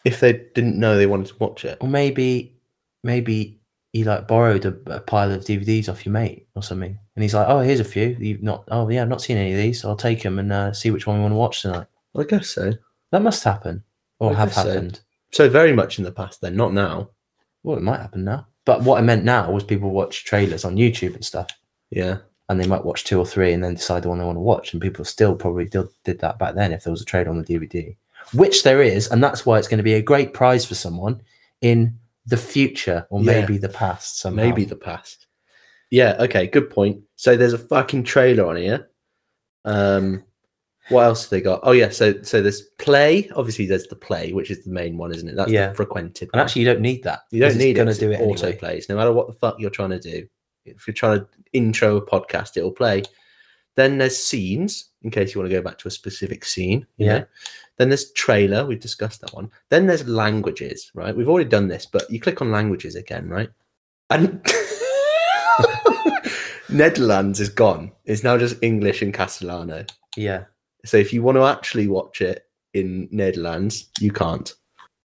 S2: if they didn't know they wanted to watch it?
S1: Or maybe, maybe you like borrowed a, a pile of DVDs off your mate or something, and he's like, "Oh, here's a few. You've not. Oh, yeah, I've not seen any of these. I'll take them and uh, see which one we want to watch tonight."
S2: I guess so.
S1: That must happen, or
S2: I
S1: have
S2: guess so.
S1: happened.
S2: So very much in the past then, not now.
S1: Well, it might happen now. But what I meant now was people watch trailers on YouTube and stuff,
S2: Yeah.
S1: and they might watch two or three and then decide the one they want to watch. And people still probably did, did that back then if there was a trailer on the DVD, which there is, and that's why it's going to be a great prize for someone in the future or
S2: Yeah.
S1: maybe the past. Somehow.
S2: Maybe the past. Yeah, okay, good point. So there's a fucking trailer on here. Um what else have they got? Oh yeah, so so there's play. Obviously there's the play, which is the main one, isn't it? That's
S1: Yeah.
S2: the frequented.
S1: and
S2: one.
S1: actually you don't need that.
S2: you don't
S1: 'cause it's
S2: need
S1: gonna
S2: it. 'cause
S1: do it
S2: auto
S1: anyway.
S2: plays. No matter what the fuck you're trying to do. If you're trying to intro a podcast, it'll play. Then there's scenes, in case you want to go back to a specific scene. you
S1: Yeah.
S2: know. Then there's trailer. We've discussed that one. Then there's languages, right? We've already done this, but you click on languages again, right? And *laughs* Netherlands is gone. It's now just English and Castellano.
S1: Yeah,
S2: So if you want to actually watch it in Netherlands, you can't.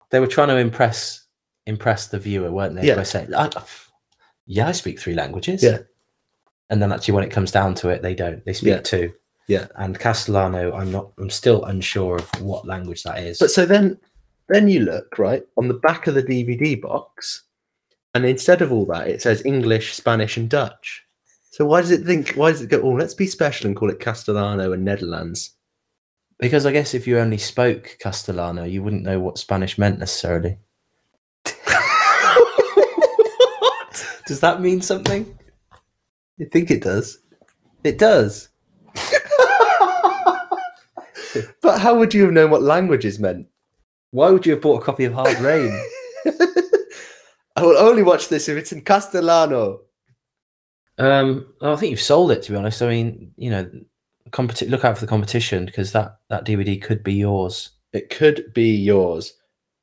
S1: they were trying to impress impress the viewer, weren't they?
S2: Yeah.
S1: By saying, I, "Yeah, I speak three languages."
S2: Yeah.
S1: And then actually, when it comes down to it, they don't. They speak
S2: Yeah.
S1: two.
S2: Yeah.
S1: And Castellano, I'm not. I'm still unsure of what language that is.
S2: But so then, then you look right on the back of the DVD box, and instead of all that, it says English, Spanish, and Dutch. So why does it think? Why does it go? Oh, let's be special and call it Castellano and Netherlands.
S1: because I guess if you only spoke Castellano, you wouldn't know what Spanish meant necessarily. Does that mean something?
S2: I think it does.
S1: It does.
S2: *laughs* But how would you have known what languages meant?
S1: Why would you have bought a copy of Hard Rain?
S2: I will only watch this if it's in Castellano.
S1: Um, I think you've sold it. To be honest, I mean, you know, competi- look out for the competition because that that DVD could be yours.
S2: It could be yours.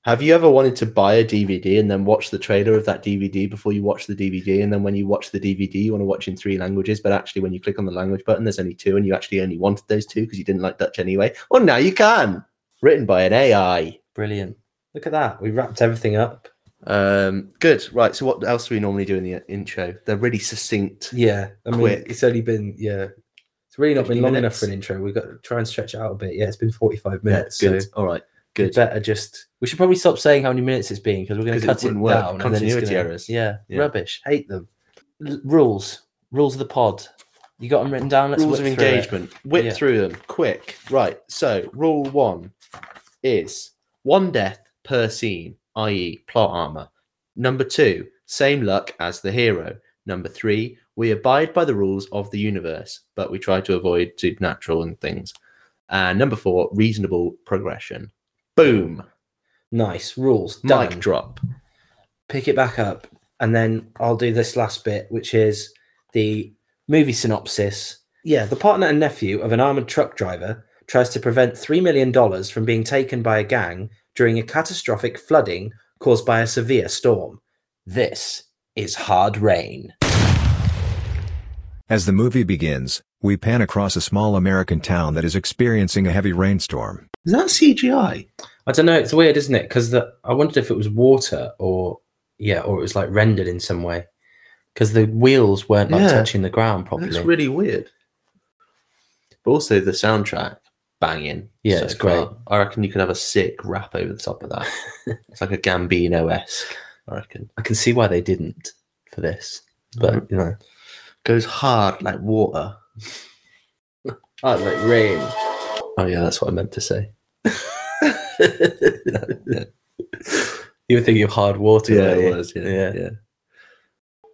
S2: Have you ever wanted to buy a DVD and then watch the trailer of that DVD before you watch the DVD? And then when you watch the DVD, you want to watch in three languages, but actually, when you click on the language button, there's only two, and you actually only wanted those two because you didn't like Dutch anyway. Well, now you can. Written by an AI.
S1: Brilliant. Look at that. We wrapped everything up.
S2: Um, good. Right. So, what else do we normally do in the uh, intro? They're really succinct.
S1: Yeah, I mean,
S2: Quick.
S1: it's only been yeah, it's really not
S2: 50
S1: been long enough
S2: minutes.
S1: for an intro. We've got to try and stretch it out a bit. Yeah, it's been forty-five
S2: Yeah,
S1: minutes.
S2: good.
S1: So
S2: All right.
S1: we
S2: Good.
S1: better just. We should probably stop saying how many minutes it's been because we're going
S2: 'Cause
S1: to cut
S2: it
S1: it,
S2: wouldn't work.
S1: down. and then it's
S2: Continuity
S1: gonna-
S2: errors.
S1: Yeah,
S2: Yeah.
S1: rubbish. Hate them. L- rules. Rules of the pod. You got them written down. Let's
S2: rules of
S1: whip through it.
S2: engagement. Whip
S1: Yeah.
S2: through them quick. Right. So, rule one is one death per scene, i.e., plot armor. Number two, same luck as the hero. Number three, we abide by the rules of the universe, but we try to avoid supernatural and things. And number four, reasonable progression. Boom.
S1: Nice rules. Done.
S2: Mic drop.
S1: pick it back up, and then I'll do this last bit, which is the movie synopsis. Yeah, the partner and nephew of an armored truck driver tries to prevent $3 million from being taken by a gang during a catastrophic flooding caused by a severe storm. This is hard rain.
S4: As the movie begins, we pan across a small American town that is experiencing a heavy rainstorm.
S2: Is that CGI?
S1: I don't know, it's weird, isn't it? Because I wondered if it was water or, yeah, or it was like rendered in some way. Because the wheels weren't like
S2: Yeah.
S1: touching the ground
S2: That's
S1: properly.
S2: really weird. But also the soundtrack, banging.
S1: Yeah, it's great.
S2: I reckon you could have a sick rap over the top of *laughs* that. it's like a Gambino esque. I reckon
S1: I can see why they didn't for this, but
S2: Mm-hmm.
S1: you know,
S2: goes hard like water.
S1: oh, it's like rain.
S2: Oh yeah, *laughs* that's what I meant to say.
S1: You were thinking of hard water.
S2: yeah,
S1: weren't you?
S2: it was. Yeah, yeah. yeah.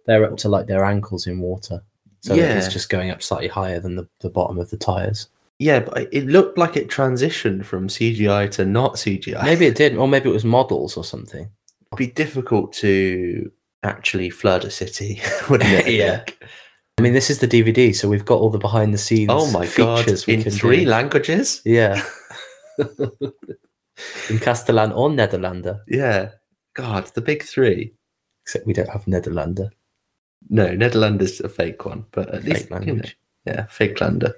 S1: They're up to like their ankles in water. So it's
S2: Yeah.
S1: just going up slightly higher than the, the bottom of the tires.
S2: but it- it looked like it transitioned from CGI to not CGI.
S1: Maybe it did, or maybe it was models or something.
S2: *laughs* it'd be difficult to actually flood a city, *laughs* wouldn't it? I
S1: Yeah.
S2: think?
S1: I mean, this is the DVD, so we've got all the behind the scenes.
S2: Oh my god!
S1: features we
S2: In
S1: can
S2: three
S1: do.
S2: languages. *laughs*
S1: yeah. in Castellan or Nederlander,
S2: Yeah. God, the big three.
S1: except we don't have Nederlander.
S2: No, Nederlander's a fake one, but at least
S1: Fake language.
S2: You know, yeah, fake lander.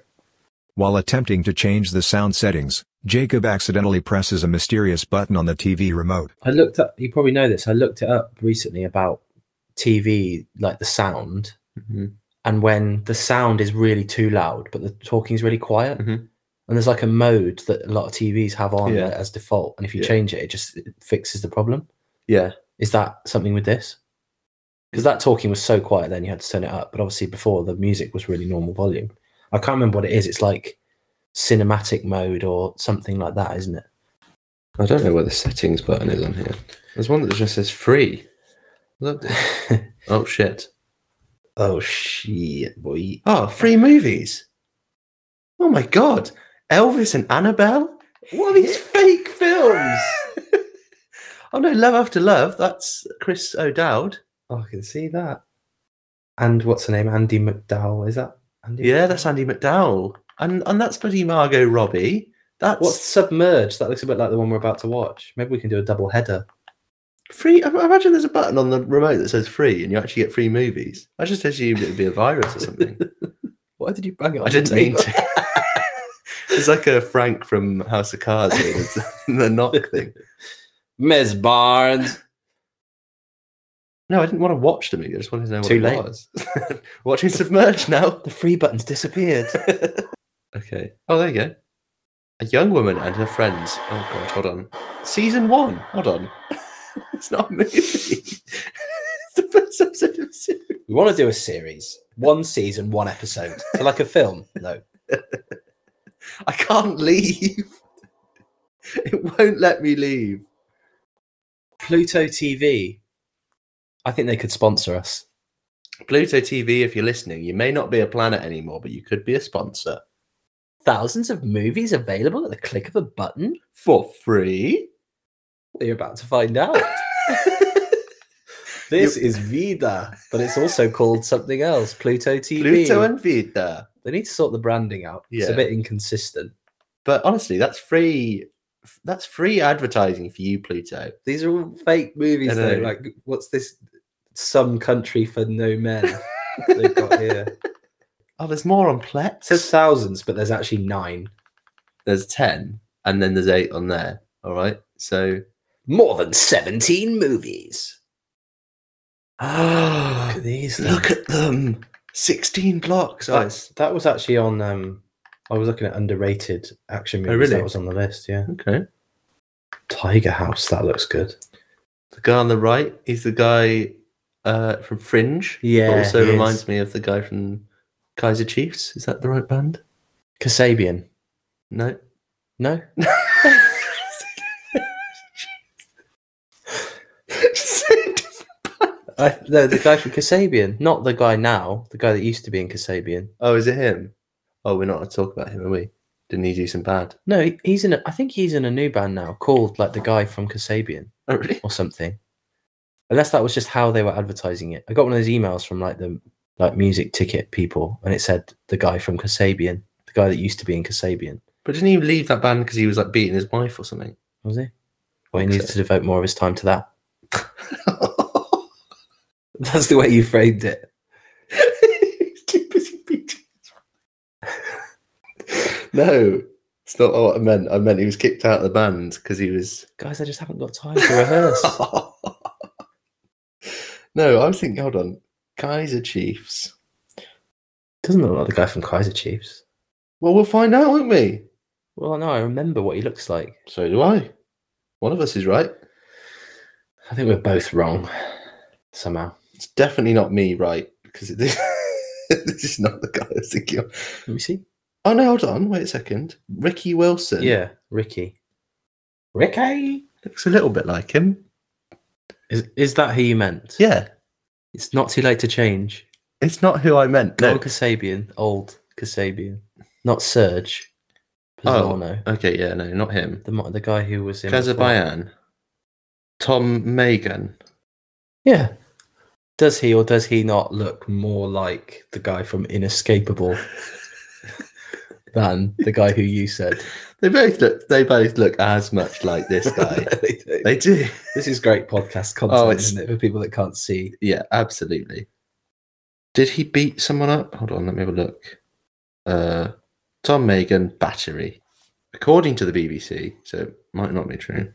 S4: While attempting to change the sound settings, Jacob accidentally presses a mysterious button on the TV remote.
S1: I looked up. You probably know this. I looked it up recently about TV, like the sound,
S3: Mm-hmm.
S2: Mhm.
S1: and when the sound is really too loud, but the talking's really quiet.
S3: Mm-hmm.
S2: Mhm.
S1: And there's like a mode that a lot of TVs have on
S2: Yeah.
S1: uh, as default, and if you
S2: Yeah.
S1: change it, it just it fixes the problem.
S2: Yeah.
S1: Is that something with this? Because that talking was so quiet, then you had to turn it up. But obviously, before the music was really normal volume. I can't remember what it is. It's like cinematic mode or something like that, isn't it?
S2: I don't know where the settings button is on here. There's one that just says free. Look.
S1: *laughs*
S2: oh shit.
S3: Oh shit, boy!
S2: Oh, free movies. Oh my god. Elvis and Annabelle? What are these fake films? *laughs* oh no, Love After Love. That's Chris O'Dowd.
S1: Oh, I can see that. And what's her name? Andy McDowell. Is that Andy?
S2: Yeah, that's Andy McDowell. And and that's bloody Margot Robbie. That's
S1: What's submerged? That looks a bit like the one we're about to watch. Maybe we can do a double header.
S2: free. I imagine there's a button on the remote that says free and you actually get free movies. I just assumed it would be a virus
S1: *laughs*
S2: or something.
S1: Why did you bang it?
S2: I didn't mean to.
S1: *laughs*
S2: it's like a Frank from House of Cards here. It's the knock thing.
S3: Miss Barnes.
S2: No, I didn't want to watch the movie. I just wanted to know what
S1: Too
S2: it
S1: late.
S2: was. *laughs* Watching Submerged now.
S1: The free button's *laughs* disappeared.
S2: Okay. Oh, there you go. A young woman and her friends. Oh god, hold on. Season one. Hold on. *laughs* it's not a movie. *laughs* it's the first episode of a series.
S3: We want to do a series, one season, one episode, so like a film. No,
S2: I can't leave. *laughs* It won't let me leave.
S1: Pluto TV. I think they could sponsor us.
S2: Pluto TV, if you're listening, you may not be a planet anymore, but you could be a sponsor
S1: Thousands of movies available at the click of a button.
S2: for
S1: *laughs*
S2: free.
S1: Well, you're about to find out.
S3: this is Vida.
S1: but it's also called something else. Pluto TV.
S2: Pluto and Vida.
S1: They need to sort the branding out. It's a
S2: Yeah.
S1: bit inconsistent.
S2: But honestly, that's free. That's free advertising for you, Pluto.
S1: These are all fake movies,
S2: I
S1: though.
S2: know.
S1: Like, what's this? Some country for no men. they've got here. It
S2: *laughs* Oh, there's more on Plex.
S1: says thousands, but there's actually nine.
S2: there's 10 and then there's 8 on there all right so
S3: More than seventeen movies.
S2: ah
S1: Look at these. then.
S2: look at them 16 blocks oh,
S1: That's, that was actually on. Um, I was looking at underrated action movies.
S2: Oh, really?
S1: That was on the list. Yeah,
S2: okay
S1: Tiger House. That looks good.
S2: the guy on the right he's the guy uh from fringe
S1: Yeah,
S2: also
S1: he is.
S2: reminds me of the guy from kaiser chiefs is that the right band
S1: Kasabian.
S2: no *laughs*
S1: No, I, no, the guy from Kasabian, not the guy now. The guy that used to be in Kasabian.
S2: oh is it him oh we're not going to talk about him are we didn't he do some bad
S1: No, he- he's in. A, I think he's in a new band now called like the guy from Kasabian.
S2: oh really
S1: or something. Unless that was just how they were advertising it. I got one of those emails from like the like music ticket people, and it said the guy from Kasabian, the guy that used to be in Kasabian,
S2: but didn't he leave that band because he was like beating his wife or something *laughs*
S1: was he? Well, he
S2: Think
S1: needs
S2: so.
S1: to devote more of his time to that. *laughs* That's the way you framed it.
S2: Too busy beating his wife. no, it's not what I meant. I meant he was kicked out of the band because he was.
S1: Guys, I just haven't got time to
S2: *laughs*
S1: rehearse.
S2: no, I was thinking, hold on. Kaiser Chiefs.
S1: Doesn't look like the guy from Kaiser Chiefs.
S2: Well, we'll find out, won't we?
S1: Well, no, I remember what he looks like.
S2: So do I. One of us is right.
S1: I think we're both wrong somehow.
S2: It's definitely not me, right? Because it, *laughs* this is not the guy I was thinking of.
S1: Let me see.
S2: Oh, no, hold on. Wait a second. Ricky Wilson.
S1: Yeah, Ricky. Ricky
S2: Looks a little bit like him.
S1: is is that who you meant?
S2: Yeah.
S1: It's not too late to change.
S2: It's not who I meant.
S1: No.
S2: No.
S1: Old Kasabian, old Kasabian, not Serge Pizzano,
S2: Okay, yeah, no, not him.
S1: the mo- the guy who was in. before.
S2: Kazabayan. Tom Megan.
S1: Yeah. Does he or does he not look more like the guy from
S2: *laughs*
S1: Inescapable than the guy who you said?
S2: They both look they both look as much like this *laughs* guy.
S1: *laughs* They do.
S2: they do.
S1: this is great podcast content,
S2: Oh, it's-
S1: isn't it, for people that can't see?
S2: Yeah, absolutely. Did he beat someone up? Hold on, let me have a look. Uh Tom Megan, battery. according to the BBC, so it might not be true.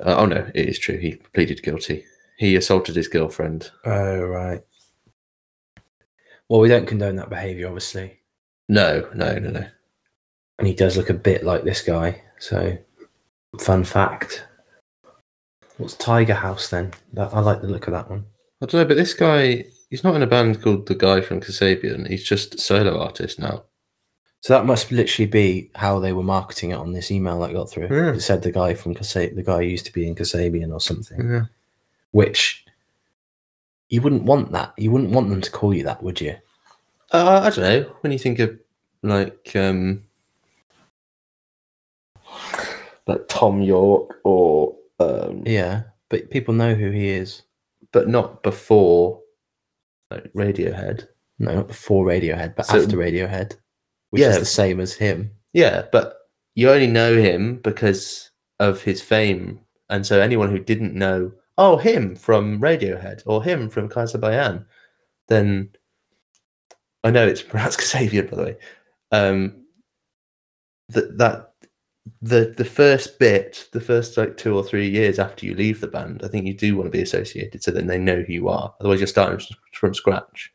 S2: Uh, oh no, it is true. He pleaded guilty. He assaulted his girlfriend.
S1: Oh, right. Well, we don't condone that behaviour, obviously.
S2: No, no, no, no.
S1: And he does look a bit like this guy. So, fun fact. What's Tiger House then? That, I like the look of that one.
S2: I don't know, but this guy, he's not in a band called the guy from Kasabian. He's just a solo artist now.
S1: So that must literally be how they were marketing it on this email that got through.
S2: Yeah.
S1: It said the guy from Kasabian, the guy who used to be in Kasabian or something.
S2: Yeah.
S1: Which you wouldn't want that. You wouldn't want them to call you that, would you?
S2: Uh, I don't know. When you think of like um like Tom York or um
S1: Yeah, but people know who he is.
S2: but not before like Radiohead.
S1: No, not before Radiohead, but
S2: So-
S1: after Radiohead, which is
S2: Yeah.
S1: the same as him.
S2: Yeah, but you only know him because of his fame. And so anyone who didn't know, oh, him from Radiohead or him from Kaiser Bayan, then I know it's *laughs* pronounced Kasabian, by the way. Um, that that the the first bit, the first like two or three years after you leave the band, I think you do want to be associated, so then they know who you are. Otherwise, you're starting s- from scratch.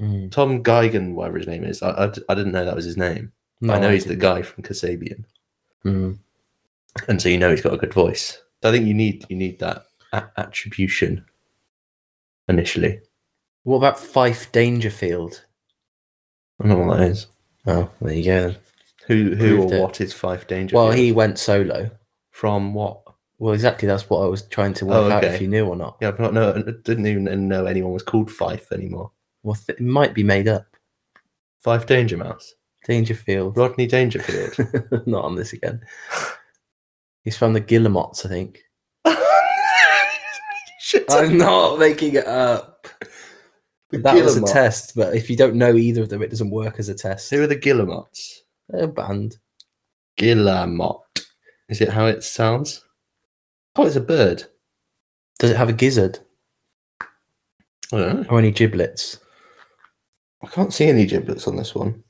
S1: Mm.
S2: Tom Geigen, whatever his name is, I, I d- I didn't know that was his name.
S1: No,
S2: I know he's
S1: didn't.
S2: the guy from Kasabian,
S1: Mm.
S2: and so you know he's got a good voice. So I think you need you need that a- attribution initially.
S1: What about Fife Dangerfield?
S2: I don't know what that is.
S1: Oh, there you go. then.
S2: Who who
S1: Proved
S2: or
S1: it.
S2: what is Five Danger?
S1: Well, he went solo.
S2: from what?
S1: Well, exactly. That's what I was trying to work
S2: Oh,
S1: out if
S2: okay.
S1: you knew or not.
S2: Yeah, I've not know. I Didn't even know anyone was called Fife anymore.
S1: Well, th- it might be made up.
S2: Five Danger Mouse,
S1: Dangerfield.
S2: Rodney *laughs*
S1: *laughs*
S2: Dangerfield.
S1: not on this again. He's from the Guillemots, I think.
S2: Shit.
S1: *laughs* I'm not making it up. That was a
S2: Guillemots.
S1: test, but if you don't know either of them, it doesn't work as a test.
S2: Who are the Guillemots?
S1: They're a band.
S2: Guillemot. Is it how it sounds? Oh, it's a bird.
S1: Does it have a gizzard
S2: I don't know.
S1: or any giblets?
S2: I can't see any giblets on this *laughs* one.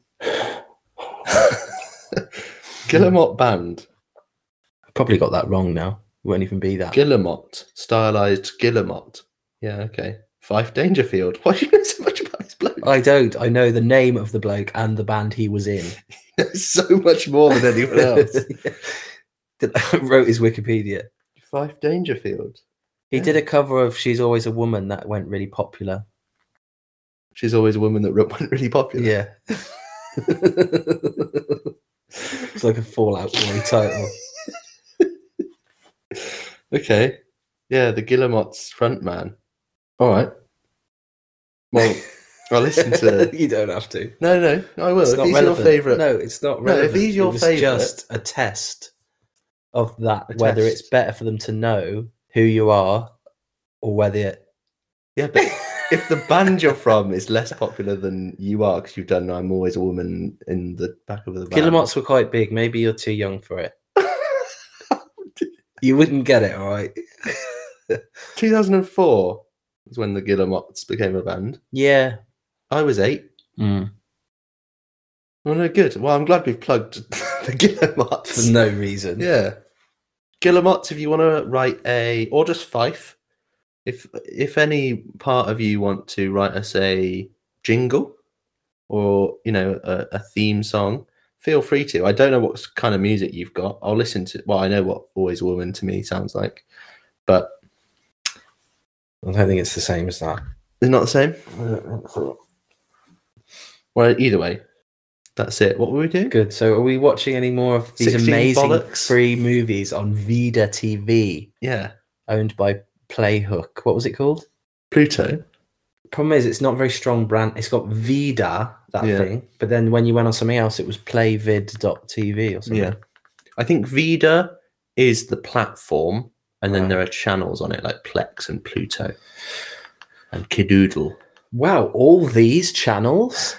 S2: Guillemot Band.
S1: I probably got that wrong now. It won't even be that.
S2: Guillemot. Stylized Guillemot. Yeah, okay. Fife Dangerfield. Why do you know so much about this *laughs* bloke?
S1: I don't. I know the name of the bloke and the band he was in.
S2: He knows so much *laughs* more
S1: *laughs*
S2: than *laughs* anyone else.
S1: I *laughs* wrote his Wikipedia.
S2: Fife Dangerfield.
S1: He
S2: Yeah.
S1: did a cover of She's Always a Woman that went really popular.
S2: She's always a woman that re- *laughs* went really popular.
S1: Yeah. it's like a Fallout Boy title.
S2: *laughs* Okay. Yeah, the Guillemot's front man. All right. Well, I'll listen to.
S1: *laughs*
S2: *laughs*
S1: you don't have to.
S2: No, no, no, I will.
S1: It's
S2: if
S1: not
S2: he's
S1: relevant.
S2: your favourite.
S1: No, it's not
S2: No, if
S1: relevant.
S2: he's your
S1: It was
S2: favourite-
S1: just a test of that,
S2: A
S1: whether
S2: test.
S1: it's better for them to know who you are or whether
S2: *laughs*
S1: it.
S2: Yeah, but if the band you're from is less popular than you are because you've done I'm Always a Woman in the back of the van. *laughs*
S1: Guillemots were quite big. Maybe you're too young for it. You wouldn't get it, all right?
S2: 2004 was when the Guillemots became a band.
S1: Yeah.
S2: I was eight. Oh, no, good. Well, I'm glad we've plugged *laughs* the
S1: For
S2: Guillemots.
S1: no reason.
S2: Yeah. Guillemots, if you want to write a, or just Fife, if if any part of you want to write us a jingle or you know a, a theme song, feel free to. I don't know what s- kind of music you've got. I'll listen to. Well, I know what "Always a Woman" to me sounds like, but
S1: I don't think it's the same as that.
S2: it's not the same. Well, either way, that's it. What were we doing?
S1: Good. So, are we watching any more of these
S2: 16
S1: amazing
S2: bollocks.
S1: free movies on Vida TV,
S2: Yeah,
S1: owned by Playhook? What was it called?
S2: Pluto.
S1: Problem is, it's not a very strong brand. It's got Vida that
S2: Yeah.
S1: thing, but then when you went on something else, it was Playvid.tv or something.
S2: Yeah. I think Vida is the platform, and then
S1: Right.
S2: there are channels on it like Plex and Pluto and Kidoodle.
S1: Wow! All these channels,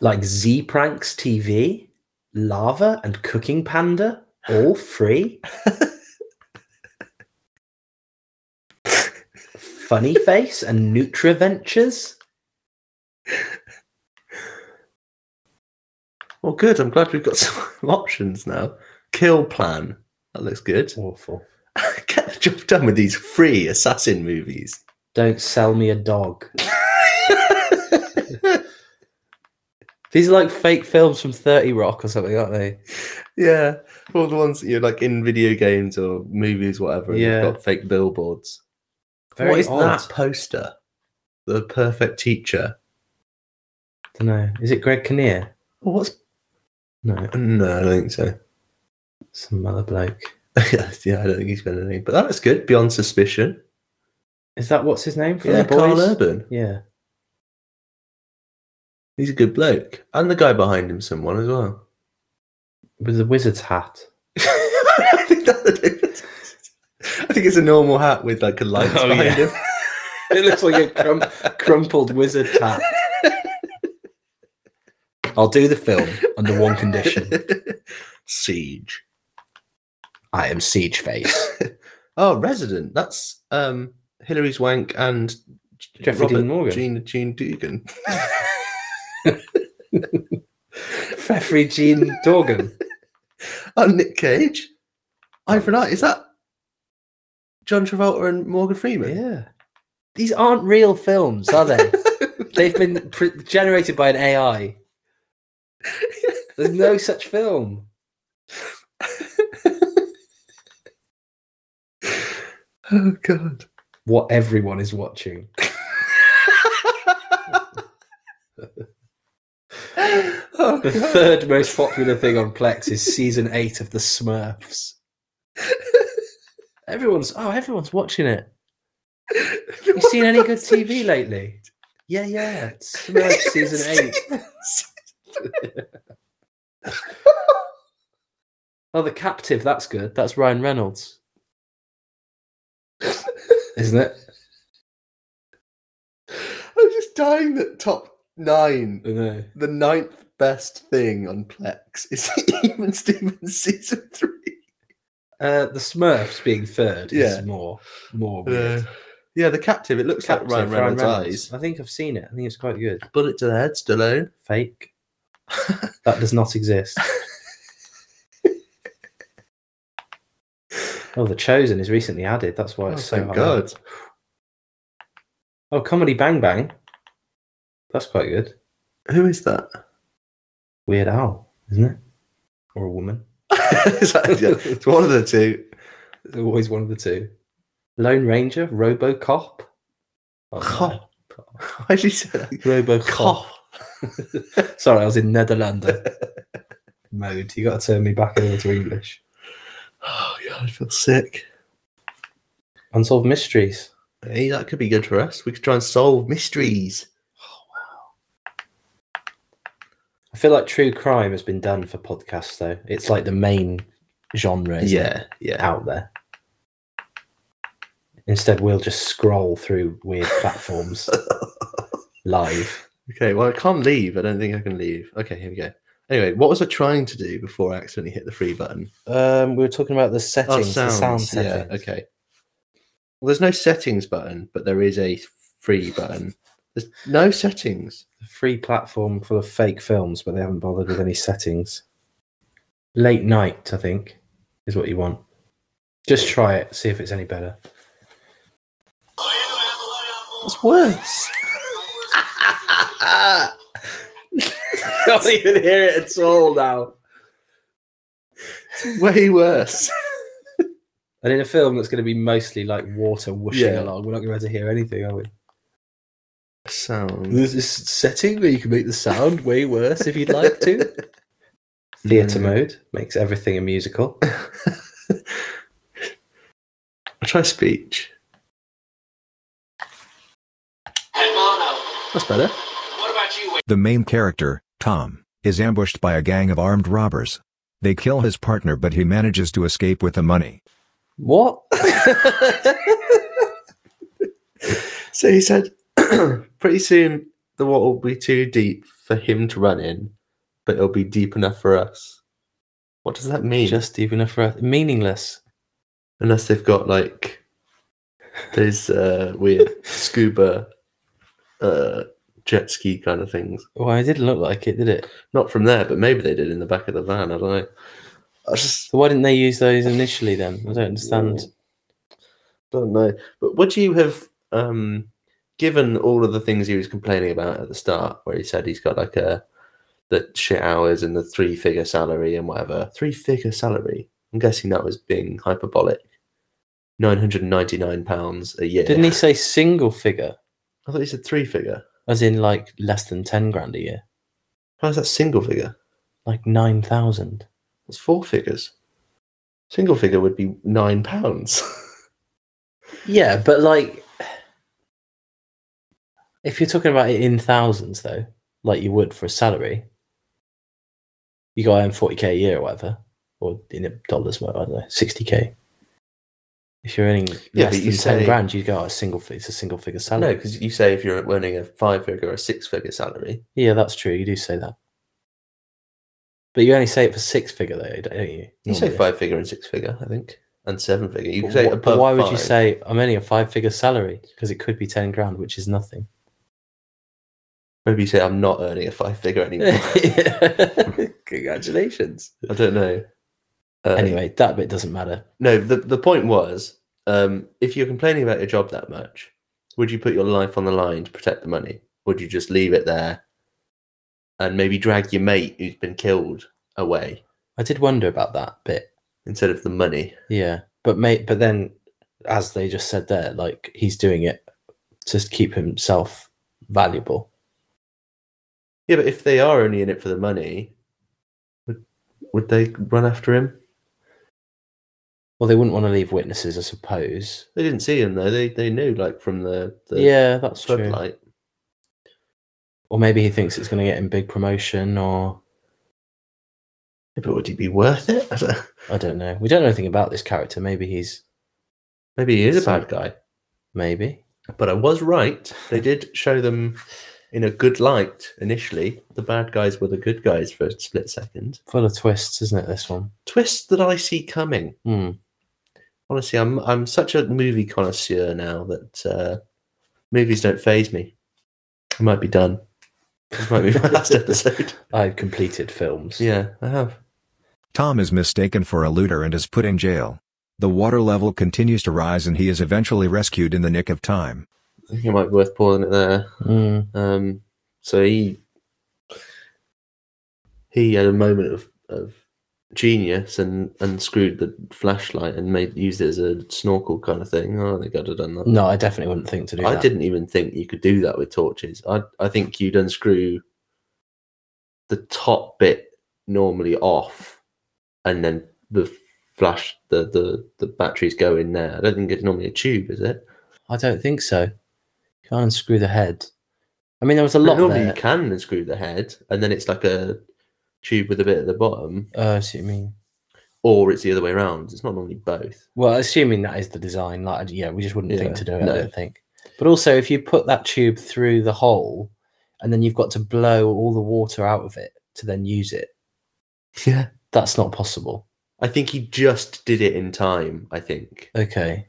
S1: like Z Pranks TV, Lava, and Cooking Panda, all *laughs* free. Funny Face and Nutra Ventures.
S2: What Well, good. I'm glad we've got *laughs* some options now. Kill plan. That looks good. *laughs*
S1: Awful.
S2: Get the job done with these free assassin movies. *laughs*
S1: Don't sell me a dog. These are like fake films from 30 Rock or something, aren't they?
S2: yeah. All the ones that you're like in video games or movies, whatever. and
S1: Yeah.
S2: You've got fake billboards.
S1: Very
S2: what is
S1: odd.
S2: that poster? The perfect teacher.
S1: don't know. Is it Greg Kinnear?
S2: Well, what's.
S1: No,
S2: No, I don't think so.
S1: some other bloke.
S2: *laughs* yeah, I don't think he's been anything. But that looks good. Beyond suspicion.
S1: Is that what's his name? From
S2: Yeah,
S1: the boys?
S2: Carl Urban.
S1: Yeah.
S2: He's a good bloke. And the guy behind him, someone as well. *laughs*
S1: With the wizard's hat.
S2: I think that. *laughs* I think it's a normal hat with like a light
S1: Oh,
S2: behind
S1: yeah.
S2: him.
S1: *laughs* It looks like a crum- crumpled wizard hat.
S3: I'll do the film under one condition.
S2: *laughs* Siege.
S3: I am Siege
S1: *laughs*
S3: Face.
S2: Oh, Resident. That's um Hilary Swank and J-
S1: Jeffrey Dean Morgan.
S2: Gene, Gene Dugan. *laughs*
S1: Jeffrey Jean Dorgan.
S2: Oh, Nick Cage. Eye for an eye. Is that John Travolta and Morgan Freeman?
S1: Yeah. These aren't real films, are *laughs* they? They've been pr- generated by an AI. There's no such film.
S2: Oh
S1: *laughs*
S2: God.
S1: What everyone is watching.
S2: oh
S1: *laughs* The
S2: God.
S1: third most popular thing on Plex is season eight of The *laughs* Smurfs. Everyone's oh, everyone's watching it. *laughs* You seen any good TV lately? Yeah, yeah. It's
S2: *laughs*
S1: Smurfs season eight. Oh, The Captive. That's good. That's Ryan Reynolds, isn't it?
S2: *laughs* I'm just dying that top nine,
S1: I know.
S2: the ninth best thing on Plex is *laughs* even Steven season three.
S1: Uh, the Smurfs being third
S2: Yeah.
S1: is more more
S2: Uh,
S1: weird.
S2: yeah, the captive. It looks
S1: Captive,
S2: like Ryan Reynolds' eyes.
S1: I think I've seen it. I think it's quite good.
S2: Bullet to the head, Stallone. *laughs*
S1: Fake. that does not exist. oh, The Chosen is recently added. That's why
S2: Oh,
S1: it's so
S2: thank
S1: high.
S2: God.
S1: Oh, Comedy Bang Bang. That's quite good.
S2: Who is that? *laughs*
S1: Weird Owl, isn't it? Or a woman.
S2: Is that- yeah, it's one of the *laughs* two.
S1: There's always one of the two. Lone Ranger, Robocop. Oh,
S2: Cop. Why did you say that?
S1: no. Robocop.
S2: Cop.
S1: *laughs* Sorry, I was in Netherlander *laughs* mode. You got to turn me back over to English.
S2: Oh God, I feel sick.
S1: Unsolved Mysteries.
S2: Hey, that could be good for us. We could try and solve mysteries.
S1: I feel like true crime has been done for podcasts, though. It's like the main genre. isn't it,
S2: yeah, yeah.
S1: out there. Instead, we'll just scroll through weird *laughs* platforms live.
S2: Okay, well, I can't leave. I don't think I can leave. Okay, here we go. Anyway, what was I trying to do before I accidentally hit the free button? Oh,
S1: Um, we were talking about the settings, the sound
S2: yeah,
S1: settings.
S2: okay. Well, there's no settings button, but there is a free button. There's no settings.
S1: A free platform full of fake films, but they haven't bothered with any settings. Late night, I think, is what you want. Just try it, see if it's any better. *laughs*
S2: It's worse. *laughs* I
S1: Can't even hear it at all now.
S2: Way worse.
S1: And in a film that's going to be mostly like water whooshing
S2: Yeah.
S1: along, we're not going to be able to hear anything, are we?
S2: Sound.
S3: There's this setting where you can make the sound way worse if you'd like
S1: *laughs*
S3: to.
S1: Theatre
S2: Mm.
S1: mode makes everything a musical.
S2: I'll try speech. That's better.
S4: The main character, Tom, is ambushed by a gang of armed robbers. They kill his partner, but he manages to escape with the money.
S1: *laughs* What?
S2: So he said, *clears throat* pretty soon the water will be too deep for him to run in, but it'll be deep enough for us. What does that mean?
S1: Just deep enough for us. Meaningless.
S2: Unless they've got like those uh, weird scuba uh, jet ski kind of things.
S1: Well, it didn't look like it, did it?
S2: Not from there, but maybe they did in the back of the van. I don't know. I just
S1: So why didn't they use those initially then? I don't understand.
S2: don't know. But would you have, um, given all of the things he was complaining about at the start, where he said he's got like a the shit hours and the three figure salary and whatever, three figure salary? I'm guessing that was being hyperbolic. Nine hundred and ninety nine pounds a year.
S1: Didn't he say single figure,
S2: I thought he said three figure.
S1: as in like less than ten grand a year,
S2: How's that single figure?
S1: like nine thousand?
S2: That's four figures. Single figure would be nine pounds. *laughs*
S5: Yeah, but like
S1: If you're talking about it in thousands though, like you would for a salary, you got to earn forty k a year or whatever, or in dollars, well, I don't know, sixty k. If you're earning less
S2: Yeah, but
S1: than
S2: you
S1: ten
S2: say-
S1: grand, you go oh, a single. fi- It's a single figure
S2: I know
S1: salary.
S2: because you say if you're earning a five figure or a six figure salary,
S1: Yeah, that's true. You do say that. But you only say it for six figure though, don't you?
S2: you say
S1: Normally.
S2: five figure and six figure, I think, and seven figure. You
S1: But
S2: say
S1: wh- but
S2: above.
S1: why would you
S2: five.
S1: say I'm earning a five figure salary? Because it could be ten grand, which is
S2: *laughs*
S1: nothing.
S2: Maybe you say I'm not earning a five figure
S1: *laughs*
S2: anymore.
S1: Congratulations.
S2: I don't know. Uh,
S1: Anyway, that bit doesn't matter.
S2: no. The the point was, um, if you're complaining about your job that much, would you put your life on the line to protect the money? Would you just leave it there, and maybe drag your mate who's been killed away
S1: I did wonder about that bit.
S2: instead of the money?
S1: Yeah, but mate, but then, as they just said there, like he's doing it to keep himself valuable.
S2: Yeah, but if they are only in it for the money, would would they run after him?
S1: Well, they wouldn't want to leave witnesses, I suppose.
S2: They didn't see him though. They they knew like from the, the
S1: yeah, that's true.
S2: floodlight.
S1: Or maybe he thinks it's going to get him big promotion, or
S2: Yeah, But would he be worth it? I don't-
S1: I don't know. We don't know anything about this character. Maybe he's
S2: Maybe he is a
S1: So-
S2: bad guy.
S1: maybe.
S2: But I was right. They did show them in a good light initially. The bad guys were the good guys for a split second.
S1: Full of twists, isn't it? This one.
S2: Twist that I see coming.
S1: Hmm.
S2: Honestly, I'm I'm such a movie connoisseur now that uh, movies don't phase me. I might be done. This might be my last episode.
S1: I've completed films.
S2: Yeah, I have.
S4: Tom is mistaken for a looter and is put in jail. The water level continues to rise and he is eventually rescued in the nick of time.
S2: I think it might be worth pausing it there.
S1: Hmm.
S2: Um, so he he had a moment of, of genius and unscrewed the flashlight and made used it as a snorkel kind of thing. I don't think I'd have done that.
S1: No, I definitely wouldn't think to do
S2: I
S1: that.
S2: didn't even think you could do that with torches. I I think you'd unscrew the top bit normally off, and then the flash the the the batteries go in there. I don't think it's normally a tube, is it?
S1: I don't think so. Can't unscrew the head. I mean, there was a
S2: But
S1: lot
S2: normally
S1: there.
S2: you can unscrew the head, and then it's like a tube with a bit at the bottom.
S1: Uh, I see what you mean.
S2: or it's the other way around. It's not normally both.
S1: Well, assuming that is the design, like yeah, we just wouldn't
S2: Yeah,
S1: think to do it.
S2: no.
S1: I don't think. But also, if you put that tube through the hole, and then you've got to blow all the water out of it to then use it,
S2: Yeah.
S1: that's not possible.
S2: I think he just did it in time. I think
S1: Okay,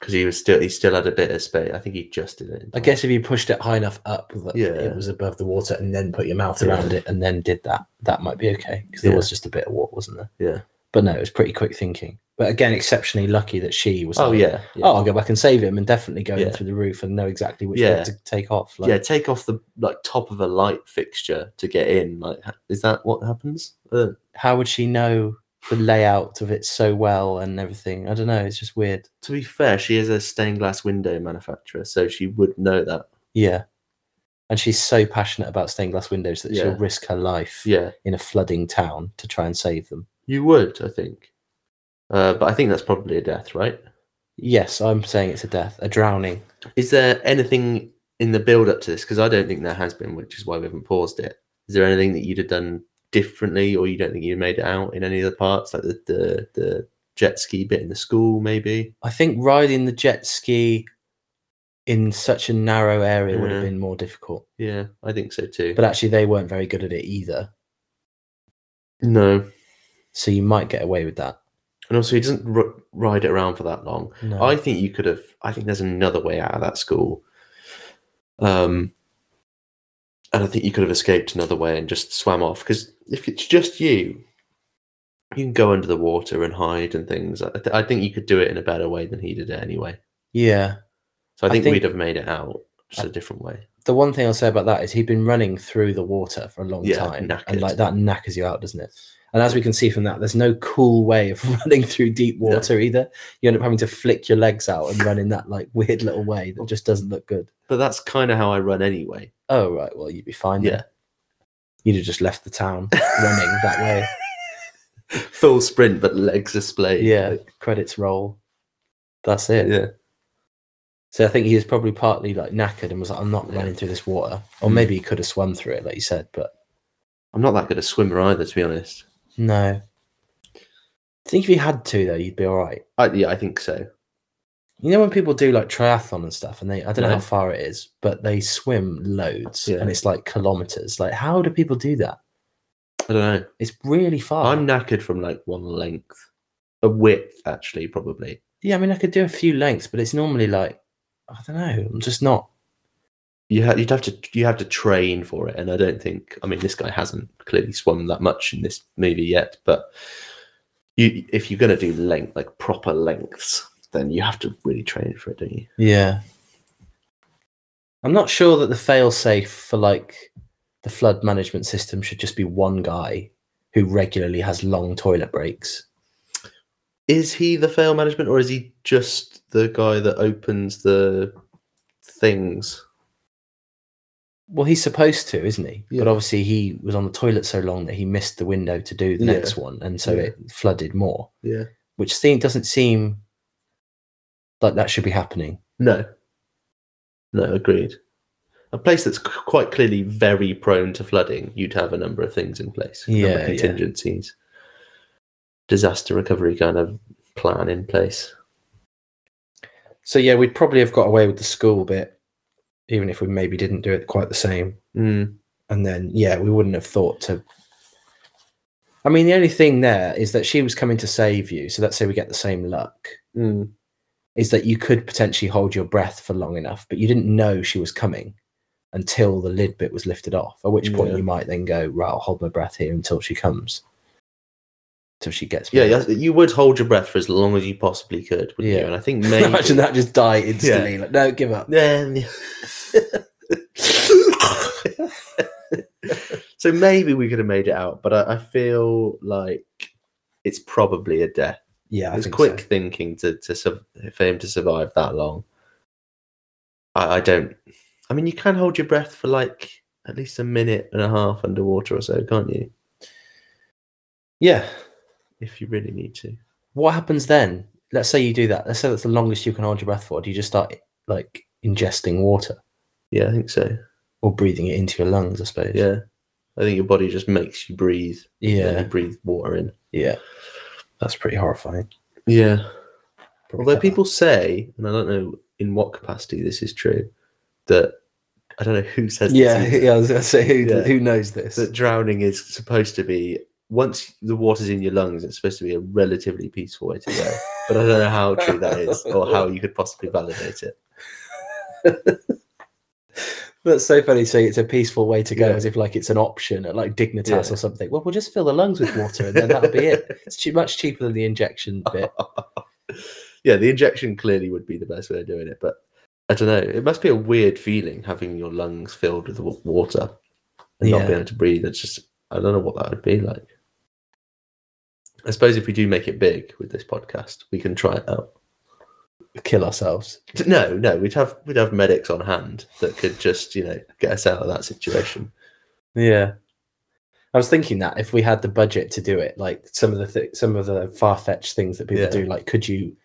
S2: because he was still he still had a bit of space. I think he just did it. in
S1: I
S2: time.
S1: guess if you pushed it high enough up that
S2: Yeah.
S1: it was above the water, and then put your mouth
S2: Yeah.
S1: around it, and then did that, that might be okay because there
S2: Yeah.
S1: was just a bit of water, wasn't there?
S2: Yeah.
S1: But no, it was pretty quick thinking. But again, exceptionally lucky that she was.
S2: Oh
S1: like,
S2: yeah. yeah.
S1: Oh, I'll go back and save him, and definitely go
S2: Yeah.
S1: in through the roof and know exactly which
S2: Yeah.
S1: bit to take off.
S2: yeah. Take off the like top of a light fixture to get in. Like, ha- is that what happens? Uh,
S1: how would she know the layout of it so well and everything? I don't know. It's just weird.
S2: to be fair, she is a stained glass window manufacturer, so she would know that.
S1: Yeah. And she's so passionate about stained glass windows that
S2: Yeah.
S1: she'll risk her life
S2: Yeah,
S1: in a flooding town to try and save them.
S2: you would. I think. Uh, but I think that's probably a death, right?
S1: Yes, I'm saying it's a death, a drowning.
S2: Is there anything in the build up to this? Because I don't think there has been, which is why we haven't paused it. Is there anything that you'd have done differently, or you don't think you made it out in any of the parts, like the the, the jet ski bit in the school, maybe?
S1: I think riding the jet ski in such a narrow area would have
S2: Yeah.
S1: been more difficult.
S2: Yeah, I think so too.
S1: But actually, they weren't very good at it either.
S2: no,
S1: So you might get away with that.
S2: and also he doesn't r- ride it around for that long.
S1: No.
S2: I think you could have. I think there's another way out of that school. Um, and I think you could have escaped another way and just swam off. Because if it's just you, you can go under the water and hide and things. I, th- I think you could do it in a better way than he did it anyway.
S1: Yeah.
S2: So I
S1: I
S2: think,
S1: think-
S2: we'd have made it out just a different way.
S1: The one thing I'll say about that is he'd been running through the water for a long
S2: Yeah,
S1: time.
S2: knackered.
S1: And like that knackers you out, doesn't it? And as we can see from that, there's no cool way of *laughs* running through deep
S2: No.
S1: water either. You end up having to flick your legs out and run in that like weird little way that just doesn't look good.
S2: But that's kind of how I
S1: *laughs*
S2: run anyway.
S1: Oh right, well you'd be fine. then.
S2: Yeah.
S1: You'd have just left the
S2: *laughs*
S1: town running that way.
S2: Full sprint, but legs displayed.
S1: Yeah. Credits roll. That's it.
S2: Yeah.
S1: So I think he was probably partly like knackered and was like, I'm not
S2: Yeah. Mm.
S1: running through this water. Or maybe he could have swum through it, like you said, but
S2: I'm not that good a swimmer either, to be honest.
S1: no. I think if you had to though, you'd be all right.
S2: I, yeah, I think so.
S1: You know when people do like triathlon and stuff, and they I don't know
S2: Yeah.
S1: how far it is, but they swim loads,
S2: Yeah.
S1: and it's like kilometers. Like, how do people do that?
S2: I don't know.
S1: It's really far.
S2: I'm knackered from like one length, a width actually, probably.
S1: yeah. I mean, I could do a few lengths, but it's normally like I don't know. I'm just not.
S2: You ha- you'd have to you have to train for it, and I don't think. I mean, this guy hasn't clearly swum that much in this movie yet, but you if you're going to do length like proper lengths, then you have to really train for it, don't you?
S1: Yeah. I'm not sure that the failsafe for like the flood management system should just be one guy who regularly has long toilet breaks.
S2: Is he the fail management, or is he just the guy that opens the things?
S1: Well, he's supposed to, isn't he?
S2: Yeah.
S1: But obviously, he was on the toilet so long that he missed the window to do the
S2: Yeah.
S1: next one, and so
S2: Yeah.
S1: it flooded more.
S2: Yeah.
S1: which seem, doesn't seem like that should be happening.
S2: No. No, agreed. A place that's c- quite clearly very prone to flooding, you'd have a number of things in place. a number of
S1: Yeah, yeah.
S2: contingencies. Disaster recovery kind of plan in place.
S1: So yeah, we'd probably have got away with the school bit, even if we maybe didn't do it quite the same.
S2: Mm.
S1: And then yeah, we wouldn't have thought to. I mean, the only thing there is that she was coming to save you. So let's say we get the same luck.
S2: Mm.
S1: Is that you could potentially hold your breath for long enough, but you didn't know she was coming until the lid bit was lifted off. At which point
S2: Yeah.
S1: you might then go, right, I'll hold my breath here until she comes, till she gets. me. *laughs*
S2: Yeah, yes, you would hold your breath for as long as you possibly could, wouldn't you?
S1: Yeah.
S2: And
S1: *laughs*
S2: I think maybe.
S1: Imagine that just die instantly. Like, no, give up.
S2: *laughs* Yeah, yeah. so maybe we could have made it out, but I, I feel like it's probably a death.
S1: Yeah, I
S2: it's
S1: think
S2: quick
S1: so.
S2: thinking to to sur- for him to survive that long. I, I don't. I mean, you can hold your breath for like at least a minute and a half underwater or so, can't you?
S1: Yeah.
S2: If you really need to.
S1: What happens then? Let's say you do that. Let's say that's the longest you can hold your breath for. Do you just start like ingesting water
S2: Yeah, I think so.
S1: or breathing it into your lungs? I suppose.
S2: Yeah, I think your body just makes you breathe. Yeah,
S1: Yeah.
S2: you breathe water in.
S1: Yeah. That's pretty horrifying.
S2: Yeah.
S1: Probably
S2: Although
S1: cut that.
S2: people say, and I don't know in what capacity this is true, that I don't know who says this
S1: Yeah,
S2: either,
S1: yeah. I was gonna say who,
S2: Yeah.
S1: who knows this?
S2: that drowning is supposed to be once the water's in your lungs, it's supposed to be a relatively peaceful way
S1: *laughs*
S2: to go. but I don't know how true that is or how you could possibly validate it.
S1: That's so funny. Saying it's a peaceful way to go,
S2: Yeah.
S1: as if like it's an option at like Dignitas
S2: Yeah.
S1: or something. Well, we'll just fill the lungs with water, and then that'll be it. It's too much cheaper than the injection *laughs* bit.
S2: *laughs* yeah, the injection clearly would be the best way of doing it, but I don't know. It must be a weird feeling having your lungs filled with wa- water and not
S1: Yeah.
S2: being able to breathe. It's just I don't know what that would be like. I suppose if we do make it big with this podcast, we can try it out.
S1: Kill ourselves.
S2: No, no, we'd have we'd have medics on hand that could just you know get us out of that situation.
S1: Yeah. I was thinking that if we had the budget to do it, like some of the th- some of the far fetched things that people
S2: Yeah.
S1: do, like could you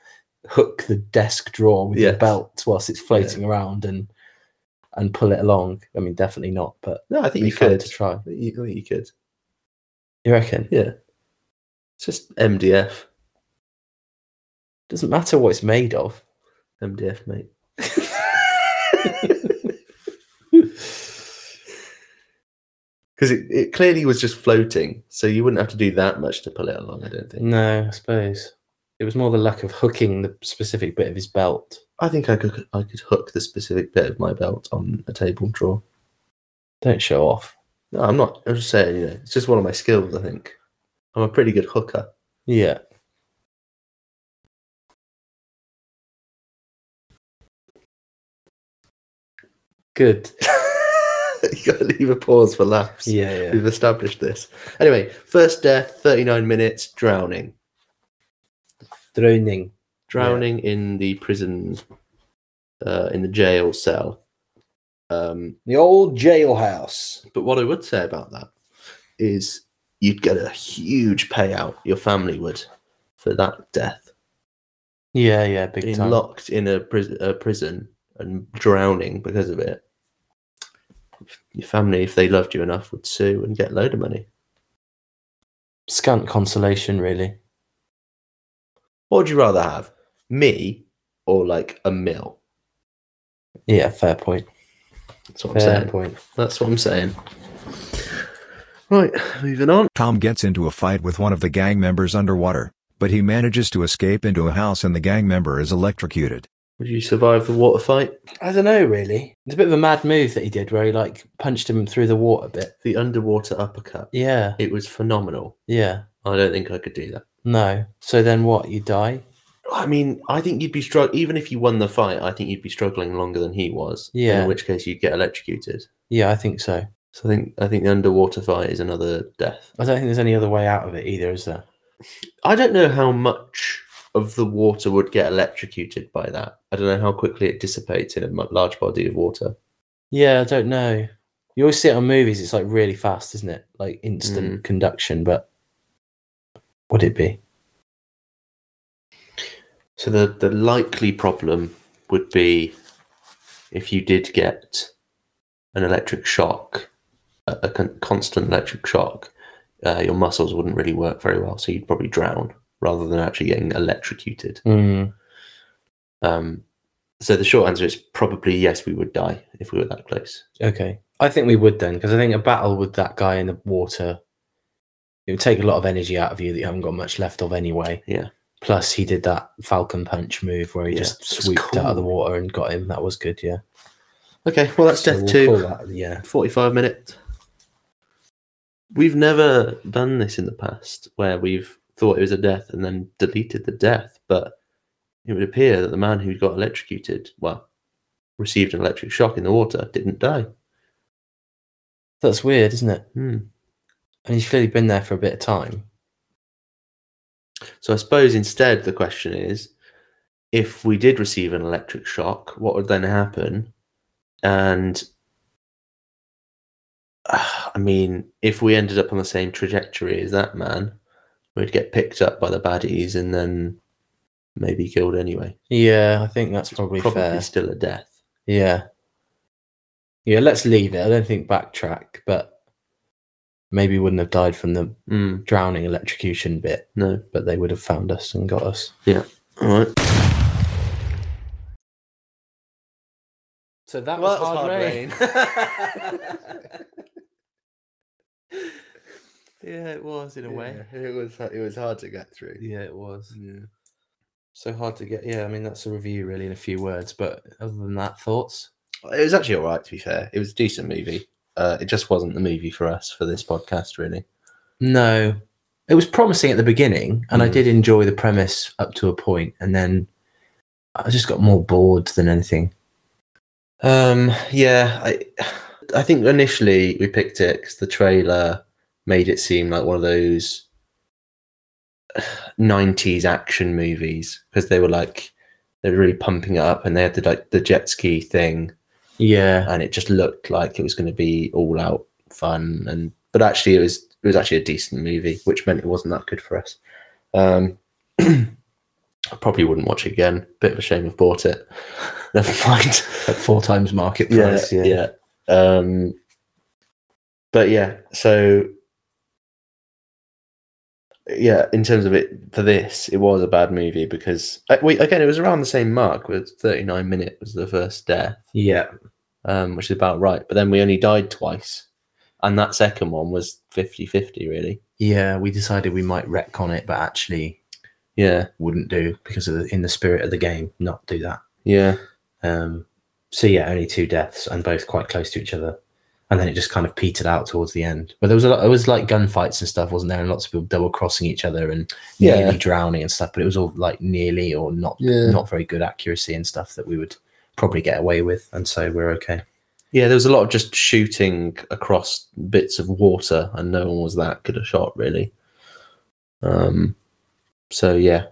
S1: hook the desk drawer with your
S2: Yes.
S1: belt whilst it's floating around and and pull it along? I mean, definitely not, but
S2: No, I
S1: it'd
S2: think
S1: be
S2: you
S1: fun
S2: could.
S1: to try.
S2: You, I think you could.
S1: You reckon?
S2: Yeah, it's just MDF,
S1: Doesn't matter what it's made of.
S2: MDF, *laughs* mate. Because it, it Mm. clearly was just floating, so you wouldn't have to do that much to pull it along. I don't think.
S1: No, I suppose. It was more the luck of hooking the specific bit of his belt.
S2: I think I could I could hook the specific bit of my belt on a table drawer.
S1: Don't show off.
S2: No, I'm not. I'm just saying, you know, it's just one of my skills. I think I'm a pretty good hooker.
S1: Yeah. Good.
S2: *laughs* you got to leave a pause for laughs.
S1: Yeah, yeah.
S2: We've established this. Anyway, first death, 39 minutes, drowning.
S1: Drowning.
S2: Drowning in the prison, uh, in the jail cell. Um,
S6: The old jailhouse.
S2: but what I would say about that is you'd get a huge payout, your family would, for that death.
S1: Yeah, yeah, big
S2: Being
S1: time.
S2: locked in a, pris- a prison and drowning because of it. Your family, if they loved you enough, would sue and get a load of money.
S1: Scant consolation, really.
S2: What would you rather have? Me or like a mill?
S1: Yeah, fair point.
S2: That's what I'm
S1: Fair
S2: saying.
S1: point.
S2: That's what I'm saying. Right, moving on.
S4: Tom gets into a fight with one of the gang members underwater, but he manages to escape into a house and the gang member is electrocuted.
S2: Would you survive the water fight?
S6: I don't know, really.
S1: It's a bit of a mad move that he did where he like punched him through the water a bit.
S2: The underwater uppercut.
S1: Yeah,
S2: It was phenomenal.
S1: yeah.
S2: I don't think I could do that.
S1: No. So then what? You die?
S2: I mean, I think you'd be struggling, even if you won the fight, I think you'd be struggling longer than he was.
S1: Yeah.
S2: In which case you'd get electrocuted.
S1: Yeah, I think so.
S2: So I think I think the underwater fight is another death.
S1: I don't think there's any other way out of it either, is there?
S2: I don't know how much of the water would get electrocuted by that. I don't know how quickly it dissipates in a mu- large body of water.
S1: Yeah, I don't know. You always see it on movies, it's like really fast, isn't it? Like instant
S2: Mm.
S1: conduction, but would it be?
S2: So the the likely problem would be if you did get an electric shock, a, a con- constant electric shock, uh, your muscles wouldn't really work very well, so you'd probably drown rather than actually getting electrocuted.
S1: Mm.
S2: Um, so the short answer is probably yes, we would die if we were that close.
S1: Okay. I think we would then, because I think a battle with that guy in the water, it would take a lot of energy out of you that you haven't got much left of anyway.
S2: Yeah.
S1: Plus, he did that Falcon Punch move where he
S2: Yeah,
S1: just
S2: that's
S1: swooped out of the
S2: cool.
S1: water and got him. That was good, yeah.
S2: Okay, well that's
S1: So
S2: death
S1: we'll
S2: two.
S1: call that- yeah.
S2: 45 minutes. We've never done this in the past where we've thought it was a death and then deleted the death, but it would appear that the man who got electrocuted, well, received an electric shock in the water, didn't die.
S1: That's weird, isn't it?
S2: Hmm.
S1: And he's clearly been there for a bit of time.
S2: So I suppose instead the question is if we did receive an electric shock, what would then happen? And *sighs* ah, I mean, if we ended up on the same trajectory as that man, we'd get picked up by the baddies and then maybe killed anyway.
S1: Yeah, I think that's probably,
S2: Probably
S1: fair.
S2: still a death.
S1: Yeah. Yeah, let's leave it. I don't think backtrack, but maybe wouldn't have died from the
S2: Mm,
S1: drowning electrocution bit,
S2: no.
S1: but they would have found us and got us.
S2: All right.
S1: So that *laughs*
S2: *laughs* yeah, it was in a way.
S7: it was it was hard to get through.
S1: yeah, it was. Yeah. So hard to get. Yeah, I mean, that's a review really in a few words, but other than that, thoughts?
S2: It was actually all right, to be fair. It was a decent movie. Uh, it just wasn't the movie for us for this podcast, really.
S1: No. It was promising at the beginning, and I
S2: Mm.
S1: did enjoy the premise up to a point, and then I just got more bored than anything.
S2: Um, yeah, I, I think initially we picked it because the trailer made it seem like one of those *sighs* '90s action movies because they were like they were really pumping it up, and they had the like the jet ski thing,
S1: Yeah.
S2: and it just looked like it was going to be all out fun, and but actually it was it was actually a decent movie, which meant it wasn't that good for us. Um, *clears throat* I probably wouldn't watch it again. Bit of a shame I've bought it. *laughs* Never mind.
S1: At four times market
S2: *laughs* yeah,
S1: price.
S2: yeah. Um, but yeah, so yeah, in terms of it for this, it was a bad movie because uh, wait, again, it was around the same mark with thirty nine minute was the first death,
S1: Yeah.
S2: um, which is about right. But then we only died twice, and that second one was 50-50, really.
S1: Yeah, we decided we might retcon it, but actually
S2: Yeah.
S1: wouldn't do because of the, in the spirit of the game, not do that.
S2: Yeah.
S1: Um, so yeah, only two deaths and both quite close to each other, and then it just kind of petered out towards the end. But there was a lot, it was like gunfights and stuff, wasn't there? And lots of people double crossing each other and
S2: Yeah.
S1: nearly drowning and stuff. But it was all like nearly or not
S2: Yeah.
S1: not very good accuracy and stuff that we would probably get away with, and so we're okay.
S2: Yeah, there was a lot of just shooting across bits of water, and no one was that good a shot, really. Um, so yeah,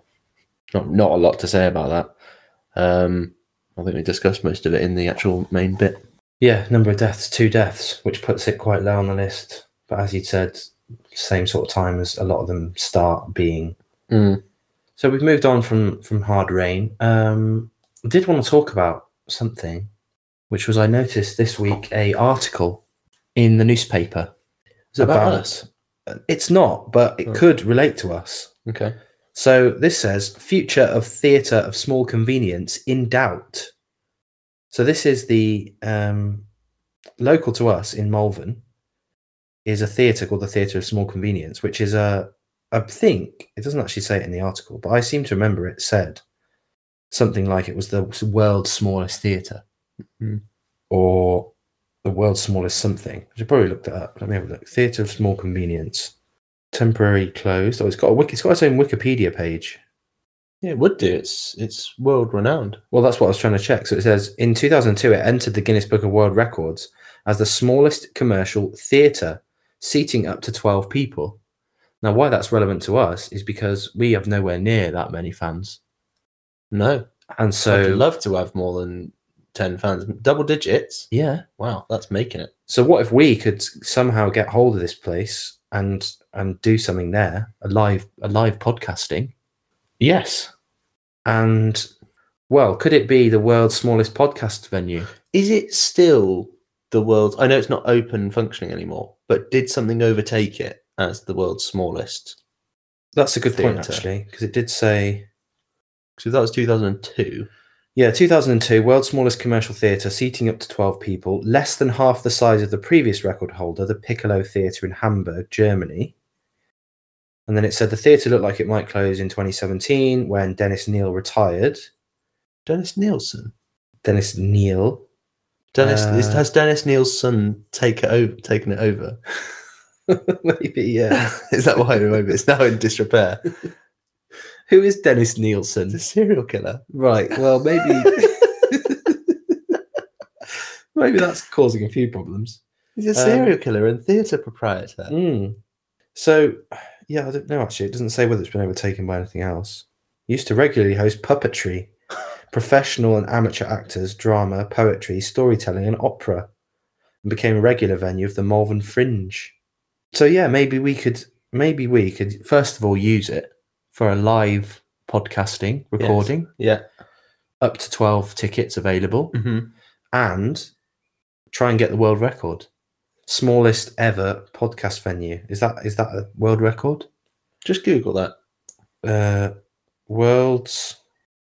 S2: not not a lot to say about that. Um, I think we discussed most of it in the actual main bit.
S1: Yeah, number of deaths, two deaths, which puts it quite low on the list. But as you said, same sort of time as a lot of them start being
S2: Mm.
S1: So we've moved on from from hard rain. Um, I did want to talk about something, which was I noticed this week a article in the newspaper.
S2: Is it about us?
S1: It's not, but it
S2: Oh.
S1: could relate to us.
S2: Okay.
S1: So this says future of theatre of small convenience in doubt. So this is the um, local to us in Malvern is a theatre called the Theatre of Small Convenience, which is a I think it doesn't actually say it in the article, but I seem to remember it said something like it was the world's smallest theatre
S2: Mhm.
S1: or the world's smallest something. I should probably look that up. Let me have a look. Theatre of Small Convenience temporarily closed. Oh, it's got a wiki, it's got its own Wikipedia page.
S2: Yeah, it would do. It's it's world renowned.
S1: Well, that's what I was trying to check. So it says in 2002, it entered the Guinness Book of World Records as the smallest commercial theatre, seating up to 12 people. Now, why that's relevant to us is because we have nowhere near that many fans.
S2: No,
S1: And
S2: I'd
S1: so,
S2: love to have more than ten fans, double digits.
S1: yeah.
S2: Wow, that's making it.
S1: So, what if we could somehow get hold of this place and and do something there, a live a live podcasting?
S2: Yes.
S1: And well, could it be the world's smallest podcast venue?
S2: Is it still the world's? I know it's not open functioning anymore, but did something overtake it as the world's smallest?
S1: That's a good point,
S2: Theatre.
S1: actually, because it did say
S2: Because that was 2002.
S1: Yeah, 2002, world's smallest commercial theatre, seating up to 12 people, less than half the size of the previous record holder, the Piccolo Theatre in Hamburg, Germany. And then it said the theatre looked like it might close in 2017 when Dennis Neal retired.
S2: Dennis Nielsen.
S1: Dennis Neal.
S2: Dennis
S1: Uh,
S2: is- has Dennis Nielsen take it over, taken it over? *laughs*
S1: Maybe, yeah.
S2: is that why I remember it's now in *laughs* disrepair?
S1: Who is Dennis
S2: It's a
S1: Nielsen?
S2: serial *laughs* killer.
S1: Right, well, maybe. *laughs* maybe that's causing a few problems.
S2: He's *laughs* a
S1: Um,
S2: serial killer and theatre proprietor.
S1: Mm. So, yeah, I don't know actually. It doesn't say whether it's been overtaken by anything else. Used to regularly host puppetry, professional and amateur actors, drama, poetry, storytelling, and opera, and became a regular venue of the Malvern Fringe. So, yeah, maybe we could, maybe we could first of all use it for a live podcasting recording,
S2: Yeah.
S1: up to 12 tickets available,
S2: Mhm.
S1: and try and get the world record. Smallest ever podcast venue. Is that is that a world record?
S2: Just Google that.
S1: uh world's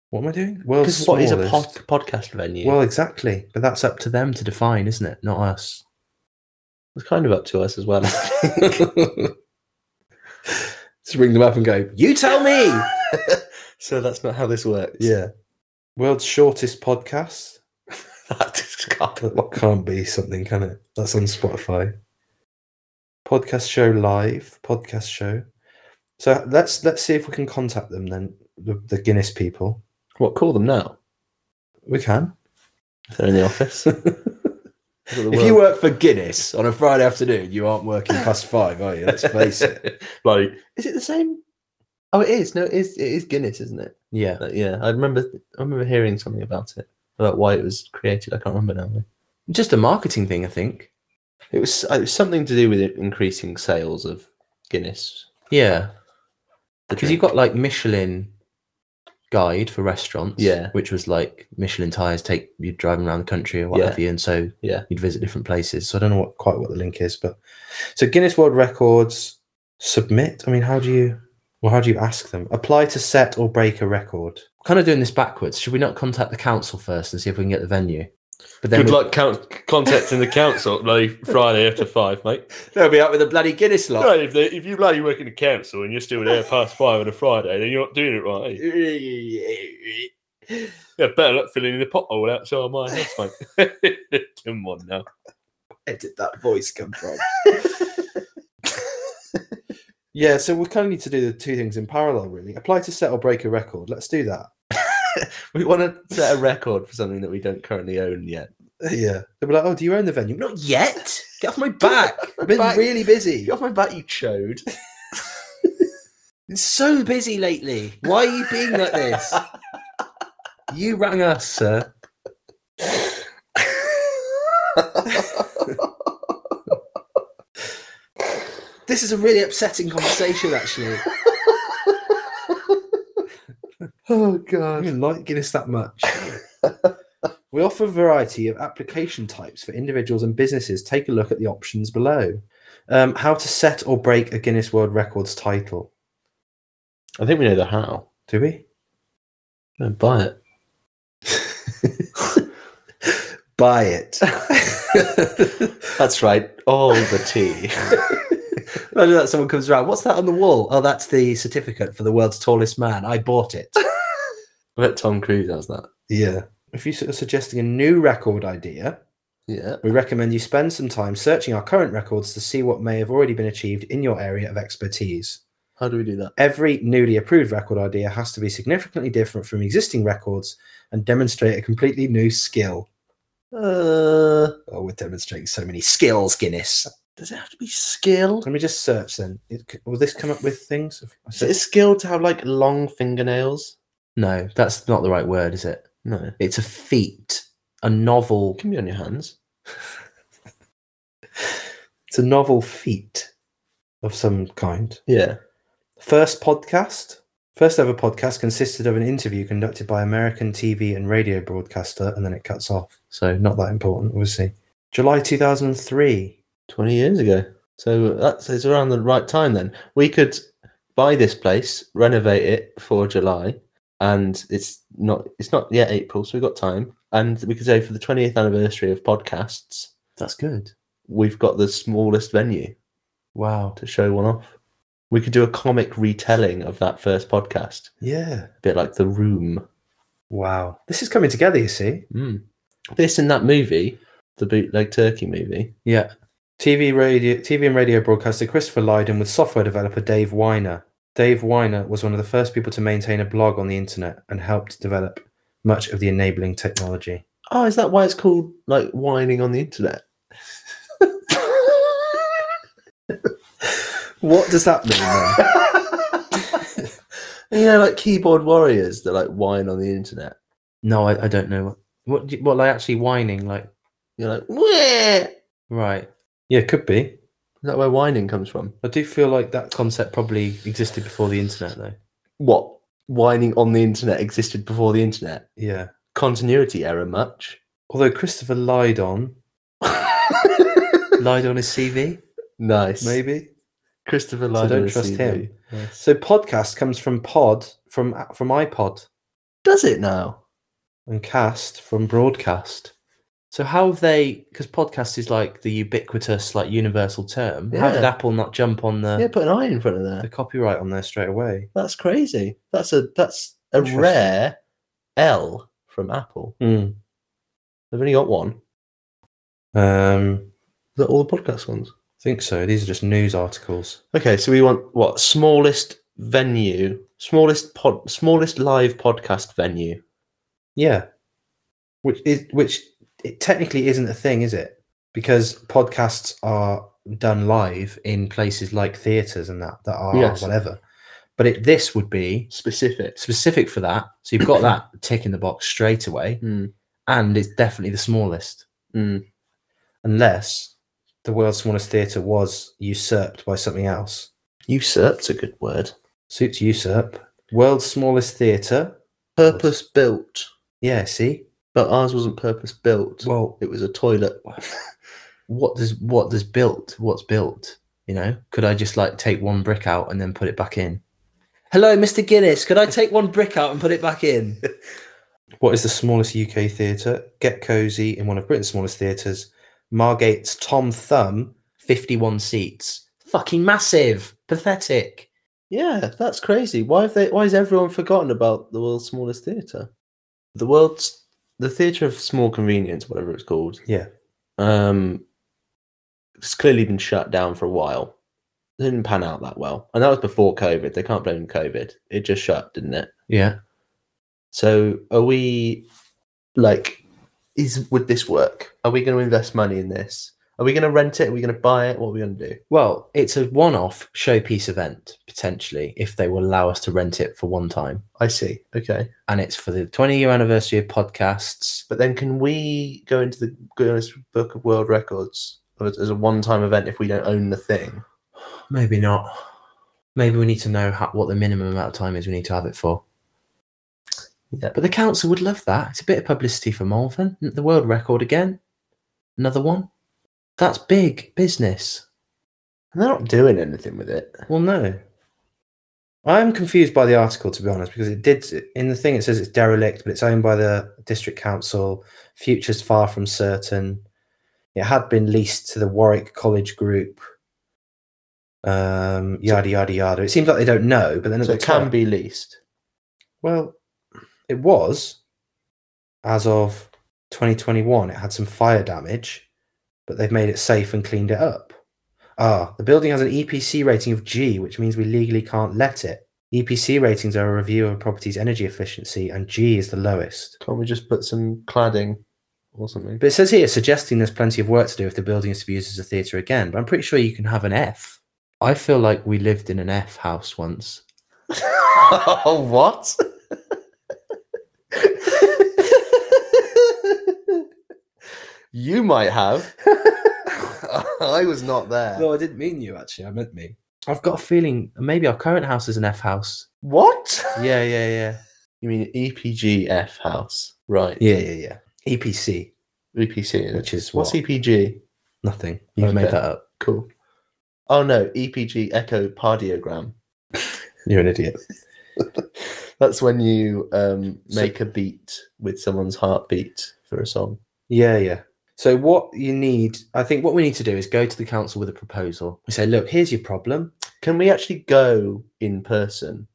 S1: what am i doing world's
S2: Because what is a
S1: smallest.
S2: pod- podcast venue?
S1: well exactly but that's up to them to define isn't it not us
S2: it's kind of up to us as well. *laughs*
S1: just ring them up and go you tell me
S2: so that's not how this works.
S1: *laughs* yeah world's shortest podcast
S2: *laughs* that just can't be
S1: that can't be something can it that's on spotify podcast show live podcast show so let's let's see if we can contact them then the, the guinness people
S2: What, call them now?
S1: we can
S2: If they're in *laughs* the office.
S3: If you work for Guinness on a Friday afternoon, you aren't working past five, are you? Let's face it.
S2: *laughs* like, is it the same? Oh, it is. No, it is, it is Guinness, isn't it?
S1: *laughs* yeah
S2: But yeah, I remember. I remember hearing something about it, about why it was created. I can't remember now. though.
S1: just a marketing thing i think
S2: It was, it was something to do with it increasing sales of Guinness.
S1: yeah
S2: the
S1: because you've
S2: drink.
S1: got like Michelin guide for restaurants,
S2: Yeah.
S1: which was like Michelin tires take you driving around the country or whatever, you, and so
S2: Yeah.
S1: you'd visit different places. So I don't know what quite what the link is, but so Guinness World Records submit. I mean, how do you? Well, how do you ask them? Apply to set or break a record. Kind of doing this backwards. Should we not contact the council first and see if we can get the venue?
S3: But then
S8: Good
S3: we-
S8: luck count- contacting the council bloody Friday after five, mate.
S2: They'll be up with a bloody Guinness lot.
S8: No, if, they, if you bloody work in the council and you're still there past five on a Friday, then you're not doing it right. are you? Yeah, better luck filling in the pothole outside my house, mate. *laughs* Come on now.
S2: Where did that voice come from?
S1: Yeah, so we kind of need to do the two things in parallel, really. Apply to set or break a record. Let's do that.
S2: we want to set a record for something that we don't currently own yet.
S1: Yeah. They'll be like, oh, do you own the venue? Not yet. Get off my back. I've been
S2: Back.
S1: really busy.
S2: off my back, you chode.
S3: Been so busy lately. Why are you being like this?
S2: You rang us, sir.
S3: This is a really upsetting conversation, actually.
S2: *laughs* Oh
S1: I
S2: god.
S1: don't like Guinness that much. *laughs* we offer a variety of application types for individuals and businesses. Take a look at the options below. Um, how to set or break a Guinness World Records title.
S9: I think we know the how.
S1: Do we?
S9: Don't buy it.
S1: *laughs* Buy *laughs* it.
S2: That's right. All the
S8: *laughs*
S2: tea.
S1: Imagine that someone comes around. What's that on the wall? Oh, that's the certificate for the world's tallest man. I bought it.
S2: I bet Tom Cruise has that.
S1: Yeah. If you're suggesting a new record idea,
S2: Yeah.
S1: we recommend you spend some time searching our current records to see what may have already been achieved in your area of expertise.
S2: How do we do that?
S1: Every newly approved record idea has to be significantly different from existing records and demonstrate a completely new skill.
S2: Uh,
S1: Oh, we're demonstrating so many skills, Guinness.
S2: does it have to be skill?
S1: Let me just search then. It, c- will this come up with things? If I
S2: Is
S1: search-
S2: it skill to have like long fingernails?
S9: No, that's not the right word, is it?
S2: No.
S9: It's a feat, a novel.
S2: It can be on your hands.
S1: It's a novel feat of some kind.
S2: Yeah.
S1: First podcast. First ever podcast consisted of an interview conducted by American TV and radio broadcaster, and then it cuts off. So, not that important, obviously. July 2003.
S2: 20 years ago. So that's it's around the right time then. We could buy this place, renovate it for July, and it's not it's not yet April, so we've got time. And we could say for the 20th anniversary of podcasts,
S9: That's good.
S2: we've got the smallest venue
S9: Wow.
S2: to show one off. We could do a comic retelling of that first podcast,
S1: Yeah.
S2: a bit like The Room.
S1: Wow. This is coming together, you see.
S2: Mm. This in that movie, the bootleg turkey movie.
S9: Yeah.
S1: TV radio TV and radio broadcaster Christopher Lydon with software developer Dave Weiner. Dave Weiner was one of the first people to maintain a blog on the internet and helped develop much of the enabling technology.
S2: Oh, is that why it's called like whining on the internet?
S1: *laughs* What does that mean? then?
S2: *laughs* you know, like keyboard warriors that like whine on the internet.
S9: No, I, I don't know. What, what, do you- what, like actually whining, like,
S2: You're like, Wah! is
S9: right.
S1: yeah, could be.
S2: that where whining comes from?
S9: I do feel like that concept probably existed before the internet, though.
S2: What whining on the internet existed before the internet?
S1: Yeah.
S2: Continuity
S1: *laughs*
S2: error, much?
S1: Although Christopher Lydon,
S9: Lied on his CV?
S2: nice.
S1: maybe.
S2: Christopher
S1: So
S2: Lydon.
S1: don't
S2: is
S1: trust
S2: CV.
S1: him. So podcast comes from pod from from iPod
S2: Does it now?
S1: and cast from broadcast.
S9: So how have they? Because podcast is like the ubiquitous, like universal term. How did
S2: Yeah.
S9: Apple not jump on the
S2: Yeah, put an eye in front of
S1: The
S2: there.
S1: copyright on there straight away.
S2: That's crazy. That's a that's a
S1: Interesting.
S2: rare L from Apple. They've only got one. Is
S1: Um,
S2: that all the podcast ones?
S1: think so. These are just news articles.
S2: Okay, so we want what smallest venue, smallest pod, smallest live podcast venue.
S1: Yeah, which is which it technically isn't a thing, is it? Because podcasts are done live in places like theaters and that that are
S2: Yes.
S1: whatever. But it, this would be
S2: Specific.
S9: specific for that? So you've got that
S2: *coughs*
S9: tick in the box straight away,
S2: Hmm.
S9: and it's definitely the smallest.
S2: Mm.
S1: unless the world's smallest theater was usurped by something else.
S2: Usurp's a good word.
S1: Suits usurp. World's smallest theater.
S2: Purpose built,
S1: Yeah, see.
S2: but ours wasn't purpose built.
S9: Well,
S2: It was a toilet.
S9: what does what does built? What's built? You know, could I just like take one brick out and then put it back in? Hello, Mr. Guinness. Could I take one brick out and put it back in?
S1: *laughs* What is the smallest UK theatre? Get Cozy in one of Britain's smallest theatres. Margate's Tom Thumb, 51 seats. Fucking massive. Pathetic.
S2: *laughs* Yeah, that's crazy. Why have they? Why has everyone forgotten about the world's smallest theater? The world's the theater of small convenience, whatever it's called.
S1: Yeah.
S2: Um, it's clearly been shut down for a while. It didn't pan out that well, and that was before COVID. They can't blame COVID. It just shut, didn't it?
S1: Yeah.
S2: So, are we like, is would this work? Are we going to invest money in this? Are we going to rent it? Are we going to buy it? What are we going to do?
S1: Well, it's a one off showpiece event, potentially, if they will allow us to rent it for one time.
S2: I see. Okay.
S1: And it's for the 20 year anniversary of podcasts.
S2: But then, can we go into the Guinness Book of World Records as as a one-time event if we don't own the thing?
S1: Maybe not. Maybe we need to know how, what the minimum amount of time is we need to have it for.
S2: Yeah.
S1: But the council would love that. It's a bit of publicity for Malvern. The world record again. Another one. That's big business.
S2: And they're not doing anything with it.
S1: Well, no. I'm confused by the article, to be honest, because it did in the thing it says it's derelict, but it's owned by the district council. Future's far from certain. It had been leased to the Warwick College Group. Um, yada yada yada. It seems like they don't know, but then at
S2: So
S1: the
S2: it can
S1: top-
S2: be leased.
S1: well, it was as of 2021. It had some fire damage, but they've made it safe and cleaned it up. Ah, the building has an EPC rating of G, which means we legally can't let it. EPC ratings are a review of a property's energy efficiency, and G is the lowest.
S2: Can't we just put some cladding or something? *laughs*
S1: But it says here, suggesting there's plenty of work to do if the building is to be used as a theatre again. But I'm pretty sure you can have an F. I feel like we lived in an F house once.
S2: oh, what? you might have. *laughs* I was not there.
S1: I didn't mean you, actually. I meant me. I've got a feeling maybe our current house is an F house.
S2: What?
S1: Yeah, yeah, yeah.
S2: You mean E EPGF house, right? E
S1: Yeah, yeah, yeah. EPC,
S2: EPC, is it?
S1: which is what?
S2: What's EPG?
S1: Nothing. You've made
S2: Okay.
S1: that up.
S2: Cool. Oh no, EPG echocardiogram.
S1: You're an idiot.
S2: That's when you um,
S1: So-
S2: make a beat with someone's heartbeat for a song.
S1: Yeah, yeah. So what you need, I think, what we need to do is go to the council with a proposal. We say, look, here's your problem.
S2: Can we actually go in person,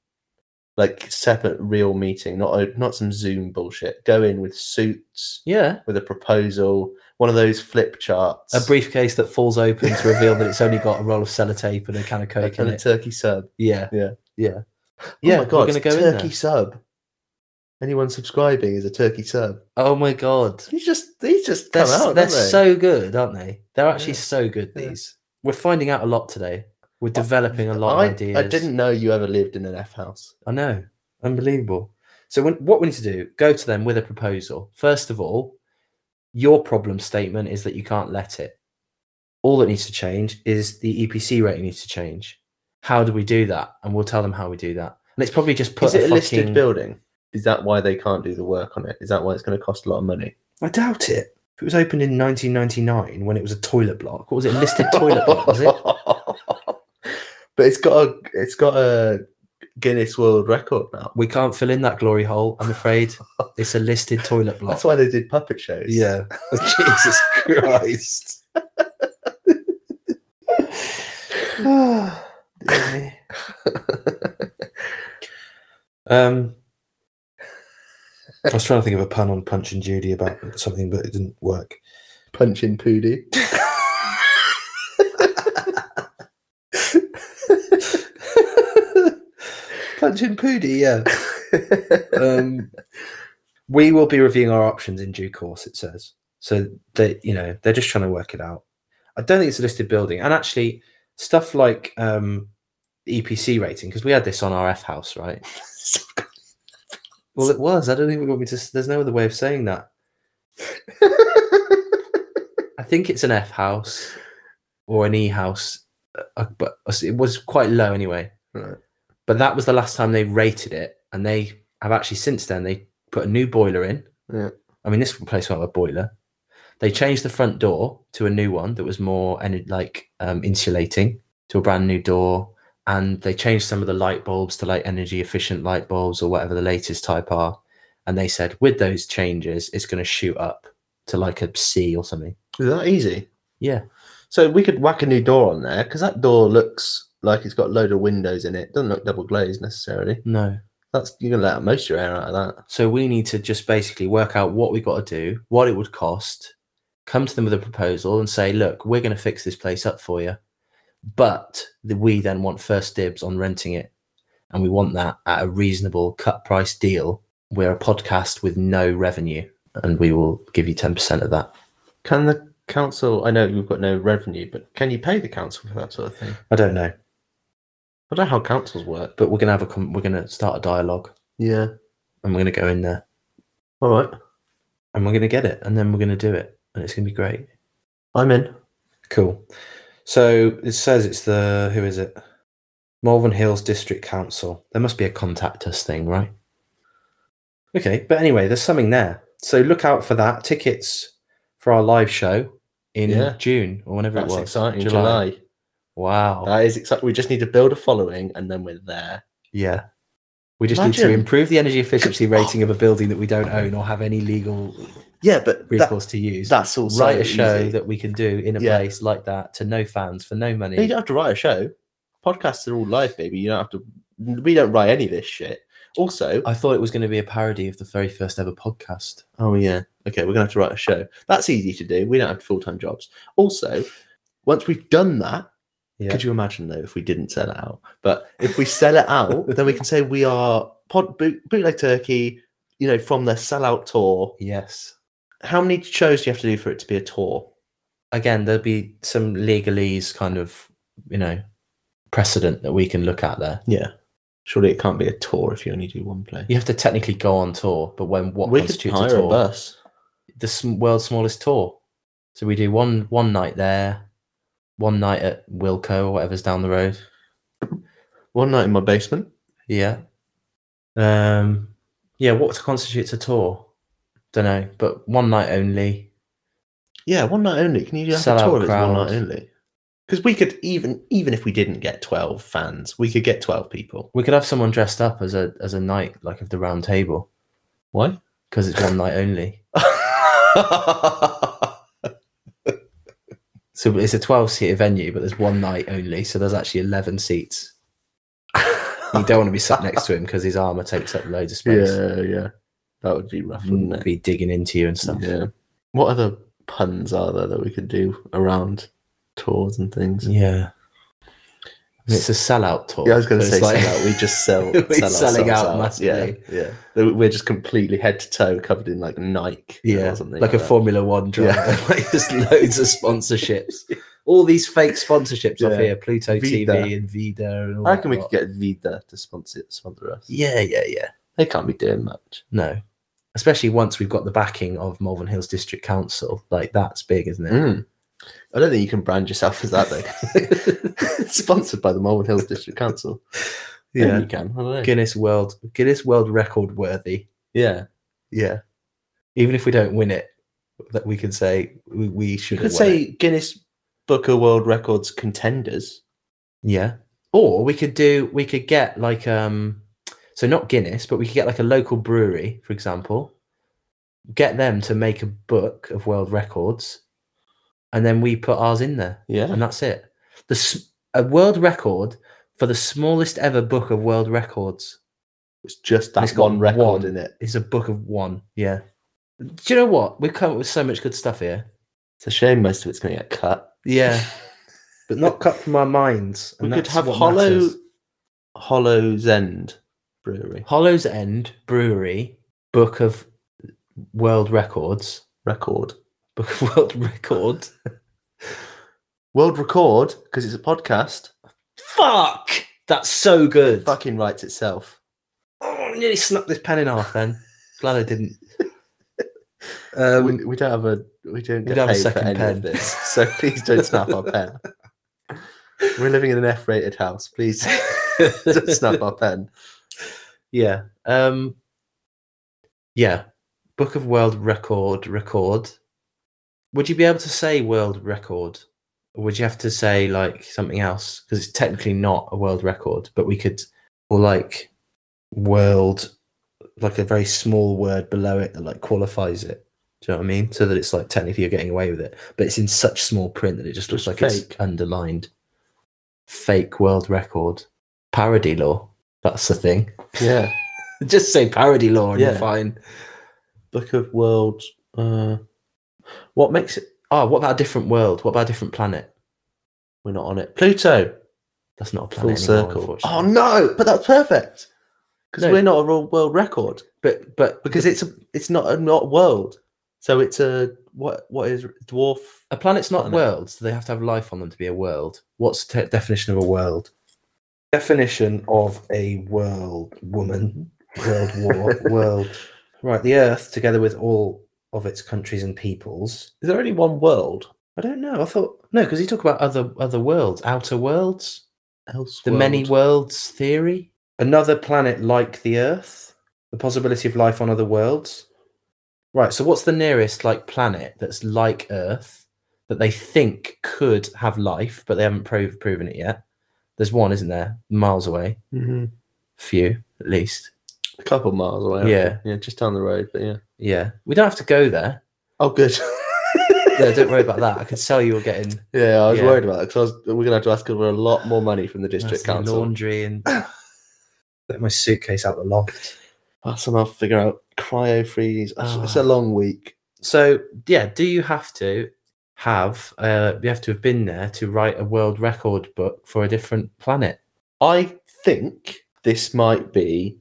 S2: like separate real meeting, not a, not some Zoom bullshit? Go in with suits,
S1: Yeah,
S2: with a proposal, one of those flip charts,
S1: a briefcase that falls open to reveal that it's only got a roll of sellotape and a can *laughs* of
S2: a
S1: coke
S2: kind
S1: in
S2: of
S1: it.
S2: turkey sub.
S1: yeah,
S2: Yeah.
S1: yeah.
S2: Yeah,
S1: Yeah,
S2: oh my
S1: we're
S2: god,
S1: gonna
S2: it's
S1: go in
S2: turkey
S1: there.
S2: sub. Anyone subscribing is a turkey sub.
S1: Oh my god,
S2: These just these just
S1: they're,
S2: come out.
S1: they're
S2: don't they?
S1: so good, aren't they? They're actually
S2: Yeah.
S1: so good.
S2: Yeah.
S1: These we're finding out a lot today. We're developing a lot
S2: I,
S1: of ideas.
S2: I didn't know you ever lived in an F house.
S1: I know. Unbelievable. So when, what we need to do, go to them with a proposal. First of all, your problem statement is that you can't let it. All that needs to change is the EPC rating needs to change. How do we do that? And we'll tell them how we do that. And it's probably just put
S2: is it a listed
S1: fucking-
S2: building? Is that why they can't do the work on it? Is that why it's going to cost a lot of money?
S1: I doubt it. If it was opened in 1999 when it was a toilet block, what was it? A listed toilet block, was
S2: *laughs*
S1: it?
S2: but it's got a it's got a Guinness World Record now.
S1: We can't fill in that glory hole, I'm afraid. It's a listed toilet block.
S2: That's why they did puppet shows. *sighs*
S1: Yeah. *laughs* Jesus Christ. *laughs* Um, I was trying to think of a pun on Punch and Judy about something, but it didn't work.
S2: Punch
S1: *laughs*
S2: in Poody. *laughs*
S1: Punch and Poody, yeah.
S2: *laughs*
S1: Um, we will be reviewing our options in due course, it says. So they, you know, they're just trying to work it out. I don't think it's a listed building, and actually, stuff like um, EPC rating because we had this on our F house, *laughs* right? Well, it was. I don't even want me to. s- There's no other way of saying that. I think it's an F house or an E house, uh, but it was quite low anyway.
S2: Right.
S1: But that was the last time they rated it, and they have actually since then they put a new boiler in.
S2: Yeah.
S1: I mean, this place went with a boiler. They changed the front door to a new one that was more ener- like um, insulating to a brand new door, and they changed some of the light bulbs to like energy efficient light bulbs or whatever the latest type are and they said with those changes, it's going to shoot up to like a C or something.
S2: Is that easy?
S1: Yeah.
S2: So we could whack a new door on there because that door looks like it's got a load of windows in it. Doesn't look double glazed necessarily.
S1: No.
S2: That's you're gonna let out most of your air out of that.
S1: So we need to just basically work out what we got to do, what it would cost, come to them with a proposal and say, look, we're going to fix this place up for you. But the, we then want first dibs on renting it. And we want that at a reasonable cut price deal. We're a podcast with no revenue and we will give you 10% of that.
S2: Can the council? I know you've got no revenue, but can you pay the council for that sort of thing?
S1: I don't know,
S2: I don't know how councils work.
S1: but we're going to have a, com- we're going to start a dialogue
S2: Yeah.
S1: and we're going to go in there
S2: All right.
S1: and we're going to get it and then we're going to do it and it's going to be great.
S2: I'm in.
S1: Cool. So it says it's the who is it? Malvern Hills District Council. There must be a contact us thing, right? Okay, but anyway, there's something there. So look out for that. Tickets for our live show in
S2: Yeah.
S1: June or whenever
S2: That's
S1: it was.
S2: exciting. July.
S1: Wow.
S2: That is exciting. We just need to build a following, and then we're there.
S1: yeah. We just need to
S2: Imagine.
S1: improve the energy efficiency rating of a building that we don't own or have any legal
S2: Yeah, but
S1: recourse to use.
S2: that's all.
S1: write a show that we can do in a
S2: Yeah.
S1: place like that to no fans for no money.
S2: you don't have to write a show. Podcasts are all live, baby. You don't have to. We don't write any of this shit. Also,
S1: I thought it was going to be a parody of the very first ever podcast.
S2: Oh yeah. Okay, we're gonna have to write a show. That's easy to do. We don't have full time jobs. Also, once we've done that,
S1: Yeah.
S2: could you imagine though if we didn't sell it out? But if we sell it
S1: *laughs*
S2: out, then we can say we are pod boot, bootleg turkey. You know, from their sellout tour.
S1: Yes.
S2: How many shows do you have to do for it to be a tour?
S1: Again, there'll be some legalese kind of, you know, precedent that we can look at there.
S2: Yeah. Surely it can't be a tour if you only do one play.
S1: You have to technically go on tour, but when what
S2: we could
S1: constitutes
S2: hire
S1: a
S2: a,
S1: tour?
S2: bus.
S1: The sm- world's smallest tour. So we do one one night there, one night at Wilco or whatever's down the road.
S2: One night in my basement.
S1: Yeah. Um. Yeah. What constitutes a tour? Don't know, but one night only.
S2: Yeah, one night only. Can you have
S1: Sell
S2: a
S1: out
S2: tour of it as
S1: crowd.
S2: one night only? Because we could even even if we didn't get twelve fans, we could get twelve people. *laughs*
S1: We could have someone dressed up as a as a knight, like of the round table,
S2: Why?
S1: because it's one night only. So it's a twelve seater venue, but there's one night only, so there's actually eleven seats. You don't want to be sat next to him because his armor takes up loads of space.
S2: Yeah, yeah. That would be rough,
S1: Wouldn't
S2: wouldn't it?
S1: be digging into you and stuff.
S2: Yeah. What other puns are there that we could do around tours and things? Yeah,
S1: Yeah. And it's a sellout tour.
S2: I was going to
S1: so
S2: say
S1: it's like-
S2: sell out. *laughs* We just sell.
S1: We're
S2: sell
S1: selling out
S2: ourselves
S1: massively.
S2: Yeah, yeah. That We're just completely head to toe covered in like Nike.
S1: *laughs* yeah,
S2: or something
S1: like a
S2: that.
S1: Formula One driver.
S2: Yeah.
S1: *laughs* like there's loads of
S2: *laughs*
S1: sponsorships. All these fake sponsorships off
S2: Yeah.
S1: here, Pluto
S2: Vida.
S1: TV and Vida and all
S2: I
S1: that.
S2: reckon we could
S1: lot.
S2: get Vida to sponsor sponsor us.
S1: Yeah, yeah, yeah.
S2: They can't be doing much.
S1: No. Especially once we've got the backing of Malvern Hills District Council. Like, that's big, isn't it?
S2: Mm. I don't think you can brand yourself as that though. *laughs* Sponsored by the Malvern Hills District Council. Maybe you can. I don't know.
S1: Guinness World Guinness World Record worthy.
S2: Yeah,
S1: Yeah. Even if we don't win it, that we can say we, we should
S2: you could say Guinness Book of World Records contenders.
S1: Yeah. Or we could do we could get like um so not Guinness, but we could get like a local brewery, for example. Get them to make a book of world records, and then we put ours in there.
S2: Yeah,
S1: and that's it. The s- a world record for the smallest ever book of world records
S2: it's just
S1: And
S2: that
S1: it's got
S2: one record
S1: one.
S2: in it.
S1: is a book of one. Yeah. Do you know what? We've come up with so much good stuff here.
S2: It's a shame most of it's going to get cut.
S1: Yeah, *laughs* but not cut from our minds.
S2: We
S1: and
S2: could
S1: that's
S2: have
S1: what
S2: Hollow
S1: matters.
S2: Hollow's End Brewery
S1: Hollow's End Brewery book of world records.
S2: record.
S1: Book of world *laughs* record.
S2: World record because it's a podcast.
S1: Fuck. That's so good.
S2: Fucking writes itself.
S1: Oh, I nearly snapped this pen in half. Then glad I didn't.
S2: We-
S1: *laughs* Um, *laughs*
S2: we, don't have a we don't
S1: we
S2: get
S1: don't have a
S2: paid for
S1: second
S2: any
S1: pen.
S2: of this, so please don't snap our pen.
S1: *laughs*
S2: We're living in an F-rated house. Please *laughs* don't snap our pen.
S1: Yeah. Um Yeah. Book of World Record record. Would you be able to say world record? Or would you have to say like something else? Because it's technically not a world record, but we could or like world
S2: like a very small word below it that like qualifies it. Do you know what I mean? So that it's like technically you're getting away with it, but it's in such small print that it just looks like it's
S1: fake.
S2: underlined. Fake world record parody law. That's the thing.
S1: Yeah.
S2: Just say parody law and
S1: Yeah.
S2: you're fine.
S1: Book of World. Uh, what makes it? Oh, what about a different world? What about a different planet? We're not on it. Pluto. That's not a
S2: Full
S1: planet. anymore,
S2: circle. Oh
S1: unfortunately.
S2: no! But that's perfect because
S1: No.
S2: we're not a ro- world record.
S1: But but
S2: because it's a it's not a not world so it's a what what is dwarf
S1: a planet's not
S2: Planet.
S1: worlds. So they have to have life on them to be a world. What's the te- definition of a world?
S2: definition of a world woman world
S1: Mm-hmm.
S2: war
S1: *laughs*
S2: world right the earth together with all
S10: of its countries and peoples.
S2: is there only one world
S1: I don't know. I thought no, because you talk about other other worlds, outer worlds,
S2: else
S1: the many worlds theory.
S10: Another planet like the Earth? The possibility of life on other worlds?
S1: Right. So what's the nearest like planet that's like Earth that they think could have life, but they haven't prov- proven it yet? There's one, isn't there? Miles away, few at least.
S2: Mm-hmm. a couple miles away I
S1: Yeah.
S2: reckon. yeah just down the road but yeah
S1: Yeah, we don't have to go there.
S2: oh good
S1: No, don't
S2: *laughs*
S1: worry about that. I could sell you were *laughs* getting
S2: yeah i was
S1: Yeah.
S2: worried about it because we're gonna have to ask for a lot more money from the district
S1: nasty
S2: council
S1: laundry and *coughs*
S10: Let my suitcase out the loft.
S2: i'll somehow figure out cryo freeze It's- it's a
S1: Ah.
S2: long week
S1: so yeah. Do you have to have? Uh, you have to have been there to write a world record book for a different planet.
S2: I think this might be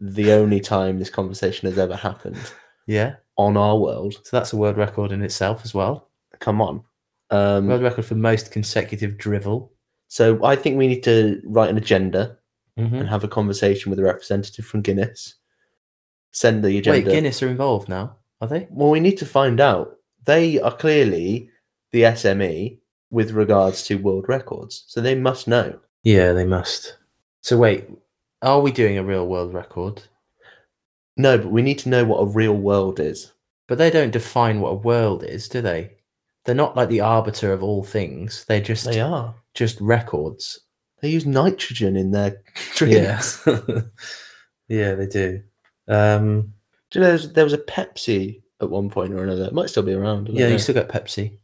S2: the only time this conversation has ever happened
S1: Yeah.
S2: on our world.
S1: So that's a world record in itself as well.
S2: Come on. Um,
S1: World record for most consecutive drivel.
S2: so I think we need to write an agenda
S1: Mm-hmm.
S2: and have a conversation with a representative from Guinness. Send the agenda.
S1: Wait, Guinness are involved now, are they?
S2: Well, we need to find out. They are clearly the SME with regards to world records, so they must know.
S1: Yeah, they must. So wait, are we doing a real world record?
S2: No, but we need to know what a real world is.
S1: But they don't define what a world is, do they? They're not like the arbiter of all things. They're just
S2: are.
S1: just records.
S2: They use nitrogen in their *laughs* drinks.
S1: *laughs* Yeah. *laughs* yeah, they do. Um,
S2: Do you know there was, there was a Pepsi at one point or another? It might still be around. I don't
S1: yeah,
S2: know.
S1: you still get Pepsi.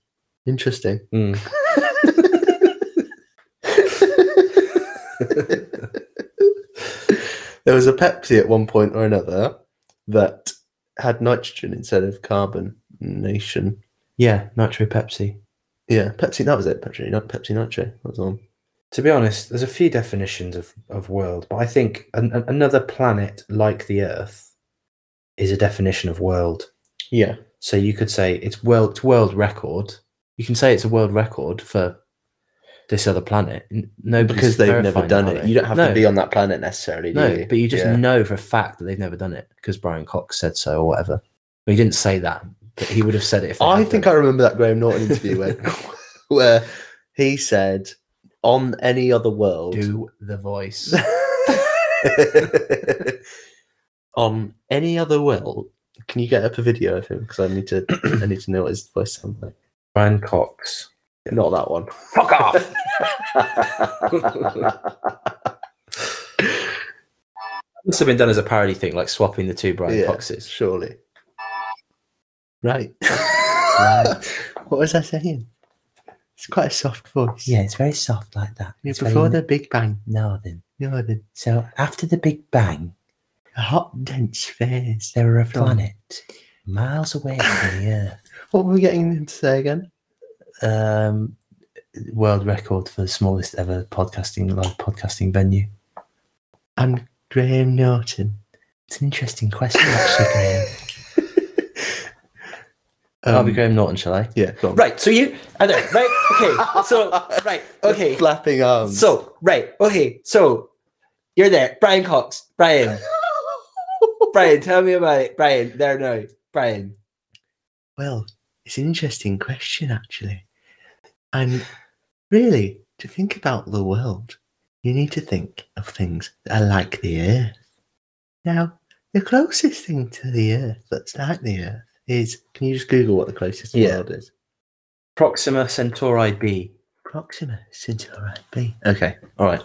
S2: interesting. *laughs*
S1: Mm.
S2: there was a Pepsi at one point or another that had nitrogen instead of carbonation.
S1: Yeah, Nitro Pepsi.
S2: Yeah, Pepsi. That was it. Pepsi, not Pepsi Nitro. That was on.
S10: To be honest, there's a few definitions of, of world, but I think an, an- another planet like the Earth is a definition of world.
S2: Yeah,
S10: So you could say it's world.
S1: It's world record. You can say it's a world record for this other planet. N- No,
S2: because they've never done it. You don't have
S1: no,
S2: to be on that planet necessarily. Do
S1: No,
S2: you?
S1: but you just
S2: Yeah.
S1: know for a fact that they've never done it because Brian Cox said so or whatever. But he didn't say that, but he would have said it if they
S2: I
S1: had
S2: think I
S1: done it.
S2: remember that Graham Norton
S1: *laughs*
S2: interview where, *laughs* where he said, "On any other world,
S1: do the voice.
S2: *laughs* on any other world, can you get up a video of him? Because I need to, I need to know what his voice sounds like.
S10: Brian Cox.
S2: Not that one.
S10: Fuck off!
S1: *laughs*
S2: *laughs*
S1: Must have been done as a parody thing, like swapping the two Brian
S2: Yeah.
S1: Coxes.
S2: Surely.
S10: *laughs*
S2: Right. what was I saying? It's quite a soft voice.
S1: it's very soft like that.
S2: Yeah, before the Big Bang,
S1: northern.
S2: you know, the
S1: So after the Big Bang,
S2: hot, dense phase.
S1: there were a
S2: planet
S1: miles away from *laughs* the
S2: What were we getting him to say again?
S1: Earth. Um, world record for the smallest ever podcasting live podcasting venue.
S2: And Graham Norton.
S1: It's an interesting question, *laughs* actually, Graham. Um, I'll be Graham Norton, shall I?
S2: Um, Yeah, go on.
S10: Right, so you. I know, right? Okay,
S1: *laughs*
S10: so.
S2: *laughs*
S10: Right,
S2: The
S10: okay.
S2: Flapping arms.
S10: So, right, okay, so you're there. Brian Cox.
S1: *laughs*
S10: Brian. Brian, tell me about it. Brian, there now. Brian.
S2: Well, it's an interesting question, actually. And really, to think about the world, you need to think of things that are like the Earth. Now, the closest thing to the Earth that's like the Earth is can you just Google what the closest
S10: Yeah.
S2: world is?
S1: Proxima Centauri B.
S2: Proxima Centauri *laughs* B. Okay, all right.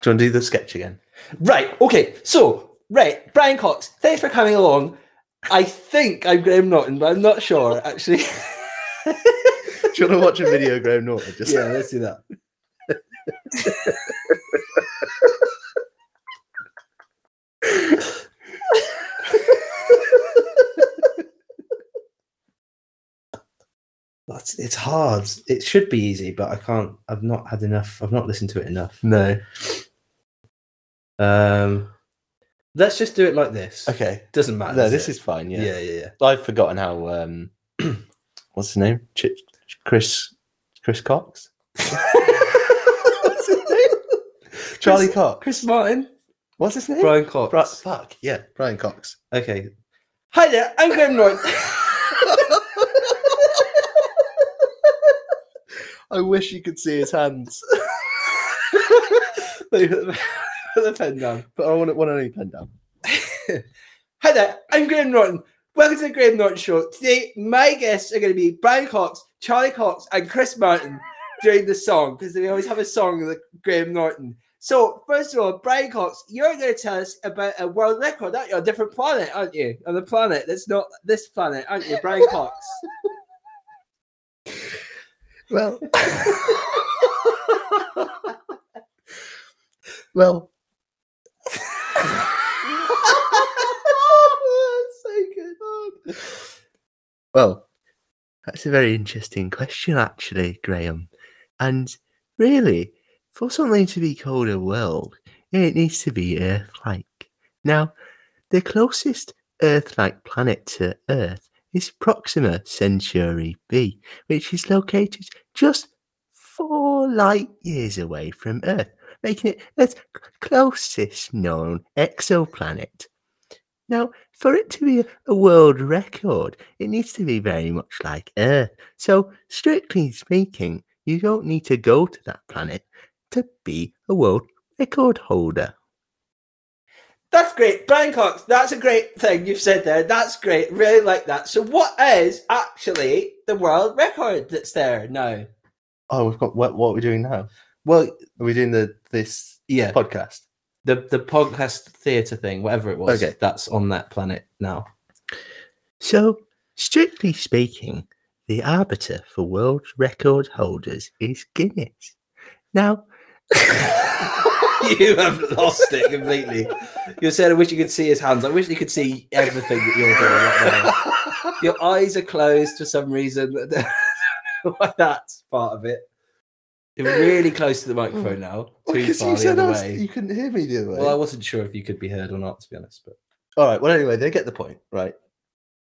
S2: Do you want to do the sketch again?
S10: Right, okay, so
S1: Right, Brian Cox, thanks for coming along. I think I'm Graham Norton, but I'm not sure actually.
S2: Do you want to watch a video, Graham Norton? Just
S1: yeah,
S2: *laughs*
S1: let's do that. That's, it's hard. It should be easy, but I can't. I've not had enough. I've not listened to it enough.
S2: no.
S1: Um, let's just do it like this.
S2: Okay.
S1: Doesn't matter.
S2: No,
S1: does
S2: this
S1: it?
S2: is fine. Yeah.
S1: yeah, yeah, yeah.
S2: I've forgotten how. Um, *clears throat* what's his name? Ch- Chris. Chris Cox.
S1: What's
S2: *laughs*
S1: his name?
S2: Charlie Cox.
S1: Chris Martin,
S2: What's his name?
S1: Brian Cox.
S2: Bri- fuck yeah, Brian Cox.
S1: Okay. Hi there, I'm Graham
S2: *laughs*
S1: Norton.
S2: I wish you could see his *laughs* hands,
S1: Put
S2: *laughs*
S1: the put the pen down.
S2: but I want one only pen down.
S1: Hi there, I'm Graham Norton. Welcome to the Graham Norton Show. Today, my guests are going to be Brian Cox, Charlie Cox, and Chris Martin during the song because they always have a song with Graham Norton. So, first of all, Brian Cox, you're going to tell us about a world record, aren't you? A different planet, aren't you? On the planet that's not this planet, aren't you, Brian Cox?
S2: Well, well, well. That's a very interesting question, actually, Graham. And really, for something to be called a world, it needs to be Earth-like. Now, the closest Earth-like planet to Earth is Proxima Centauri b, which is located just four light years away from Earth, making it Earth's c- closest known exoplanet. Now, for it to be a- a world record, it needs to be very much like Earth. So, strictly speaking, you don't need to go to that planet to be a world record holder.
S1: That's great, Brian Cox. That's a great thing you've said there. That's great. Really like that. So, what is actually the world record that's there now?
S2: Oh, we've got what? What are we doing now?
S1: Well,
S2: Are we doing the this
S1: yeah,
S2: podcast?
S1: the the podcast theater thing, whatever it was,
S2: Okay.
S1: that's on that planet *laughs* now.
S2: So, strictly speaking, the arbiter for world record holders is Guinness. *laughs* Now,
S1: you have lost it
S2: *laughs*
S1: completely. You said, "I wish you could see his hands. I wish you could see everything that you're doing." Right *laughs* now. Your eyes are closed for some reason. *laughs* Why that's part of it. You're really close to the microphone now. Too far the other way.
S2: couldn't hear me the other way.
S1: Well, I wasn't sure if you could be heard or not, to be honest. But
S2: All right. Well, anyway, they get the point, right?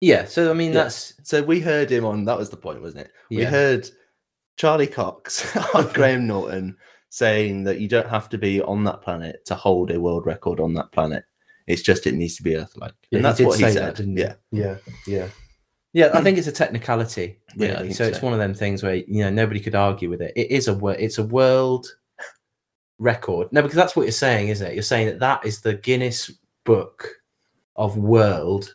S1: yeah, so I mean,
S2: Yeah.
S1: that's
S2: So we heard him on. That was the point, wasn't it? We
S1: yeah.
S2: heard Charlie Cox *laughs* on Graham Norton saying that you don't have to be on that planet to hold a world record on that planet. It's just it needs to be Earth-like,
S1: Yeah,
S2: and that's
S1: did
S2: what he
S1: say
S2: said.
S1: that, didn't he?
S2: yeah.
S1: yeah, yeah, Hmm. yeah. I think it's a technicality,
S2: Yeah, I
S1: really.
S2: think
S1: so, it's
S2: so.
S1: one of them things where you know nobody could argue with it. It is a wor- it's a world record. No, because that's what you're saying, isn't it? You're saying that that is the Guinness Book of World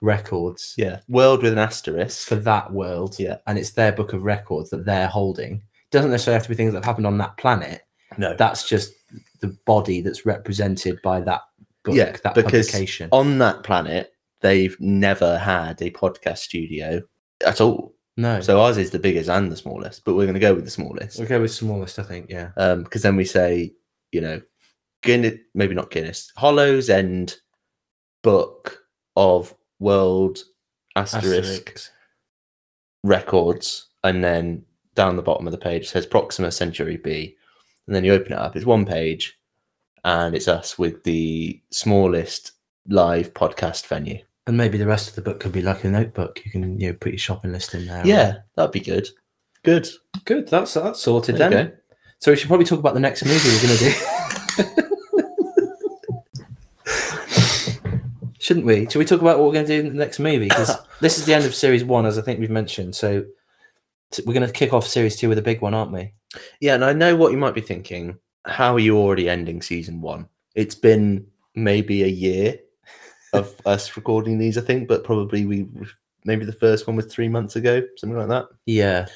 S1: Records
S2: Yeah. World with an asterisk.
S1: for that world,
S2: Yeah.
S1: and it's their book of records that they're holding. Doesn't necessarily have to be things that have happened on that planet.
S2: no.
S1: That's just the body that's represented by that book,
S2: Yeah,
S1: that
S2: because
S1: publication.
S2: on that planet, they've never had a podcast studio at all.
S1: no,
S2: So ours is the biggest and the smallest, but we're going to go with the smallest
S1: Okay, with smallest, I think. Yeah.
S2: um because then we say you know guinness maybe not guinness hollows end book of world asterisk, records and then down the bottom of the page says proxima century b and then you open it up it's one page and it's us with the smallest live podcast venue
S1: And maybe the rest of the book could be like a notebook. You can you know, put your shopping list in there.
S2: yeah that'd be good good
S1: Good. That's that's sorted
S2: There you
S1: then. So we should probably talk about the next movie we're going to do. *laughs* Shouldn't we? Should we talk about what we're going to do in the next movie? *laughs* 'Cause this is the end of series one, as I think we've mentioned. So t- we're going to kick off series two with a big one, aren't we?
S2: Yeah, and I know what you might be thinking. How are you already ending season one? It's been maybe a year
S1: *laughs*
S2: of us recording these, I think, but probably we maybe the first one was three months ago, something like that.
S1: Yeah.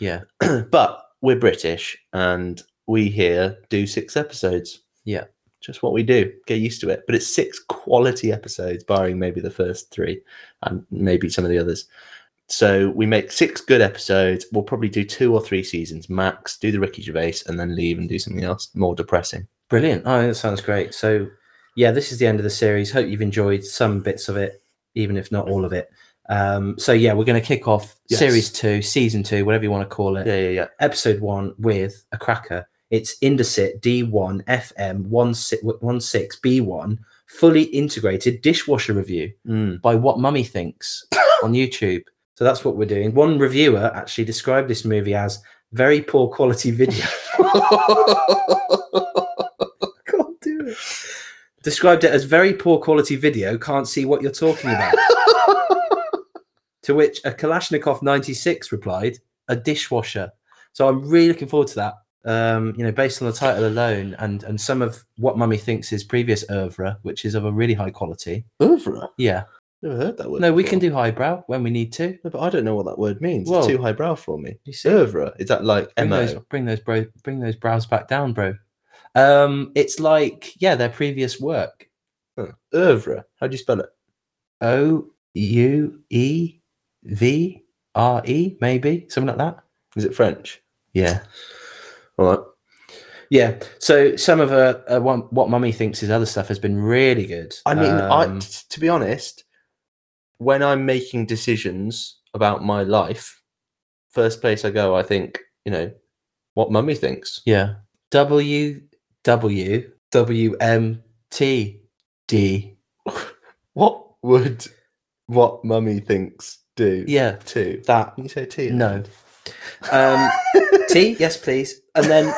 S2: *clears throat* but we're British and we here do six episodes.
S1: Yeah.
S2: just what we do. Get used to it. But it's six quality episodes, barring maybe the first three and maybe some of the others. So we make six good episodes. We'll probably do two or three seasons max, do the Ricky Gervais, and then leave and do something else more depressing.
S1: Brilliant. Oh, that sounds great. So, yeah, this is the end of the series. Hope you've enjoyed some bits of it, even if not all of it. Um, so, yeah, we're going to kick off
S2: Yes.
S1: series two, season two, whatever you want to call it,
S2: Yeah, yeah, yeah.
S1: episode one with a cracker. It's Indesit D1 FM 16B1 fully integrated dishwasher review
S2: Mm.
S1: by What Mummy
S2: *coughs*
S1: Thinks on YouTube. So that's what we're doing. One reviewer actually described this movie as very poor quality video.
S2: *laughs* can't do it.
S1: described it as very poor quality video, can't see what you're talking about. to which a Kalashnikov 96 replied, a dishwasher. So I'm really looking forward to that. Um, you know, based on the title alone and and some of what Mummy thinks his previous oeuvre, which is of a really high quality.
S2: Oeuvre?
S1: Yeah.
S2: Never heard that word.
S1: No, we can
S2: before.
S1: do highbrow when we need to.
S2: No, but I don't know what that word means.
S1: Well-
S2: it's too highbrow for me.
S1: You see?
S2: Oeuvre? Is that like
S1: Bring
S2: MO?
S1: those bring those bro bring those brows back down, bro. Um, it's like, yeah, their previous work.
S2: Huh. Oeuvre? How do you spell it?
S1: O U E V R E, maybe something like that.
S2: Is it French?
S1: Yeah,
S2: All right.
S1: yeah. So some of uh, uh, one- what Mummy thinks his other stuff has been really good.
S2: I mean, I
S1: Um,
S2: t- to be honest, when I'm making decisions about my life, first place I go, I think, you know, what mummy thinks.
S1: yeah. W W W M T D.
S2: What would what mummy thinks do?
S1: Yeah,
S2: Two.
S1: that
S2: Can you say two? *laughs*
S1: no. Um, T, yes, please, and *laughs* then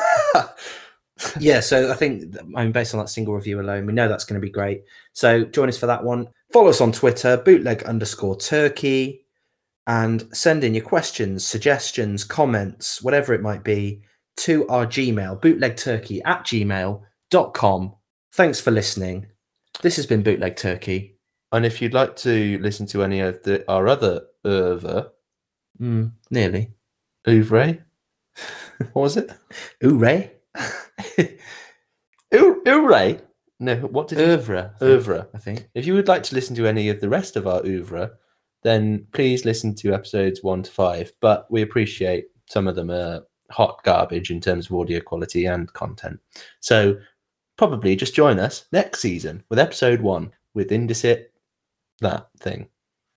S1: yeah, so I think th- I mean based on that single review alone, we know that's going to be great. So join us for that one. Follow us on Twitter, bootleg underscore turkey, and send in your questions, suggestions, comments, whatever it might be, to our Gmail, bootlegturkey at gmail.com. Thanks for listening. This has been Bootleg Turkey.
S2: And if you'd like to listen to any of the, our other oeuvre,
S1: Mm, nearly. *laughs*
S2: oeuvre, what was it?
S1: Ooh, Ray.
S2: Ou- Oeuvre? No, what did you
S1: Oeuvre. I think-
S2: Oeuvre.
S1: I think.
S2: If you would like to listen to any of the rest of our oeuvre, then please listen to episodes one to five. But we appreciate some of them are hot garbage in terms of audio quality and content. So probably just join us next season with episode one with Indisit, that thing.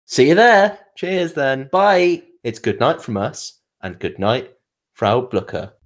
S1: See you there.
S2: Cheers then.
S1: Bye.
S2: It's good night from us and good night, Frau Blucker.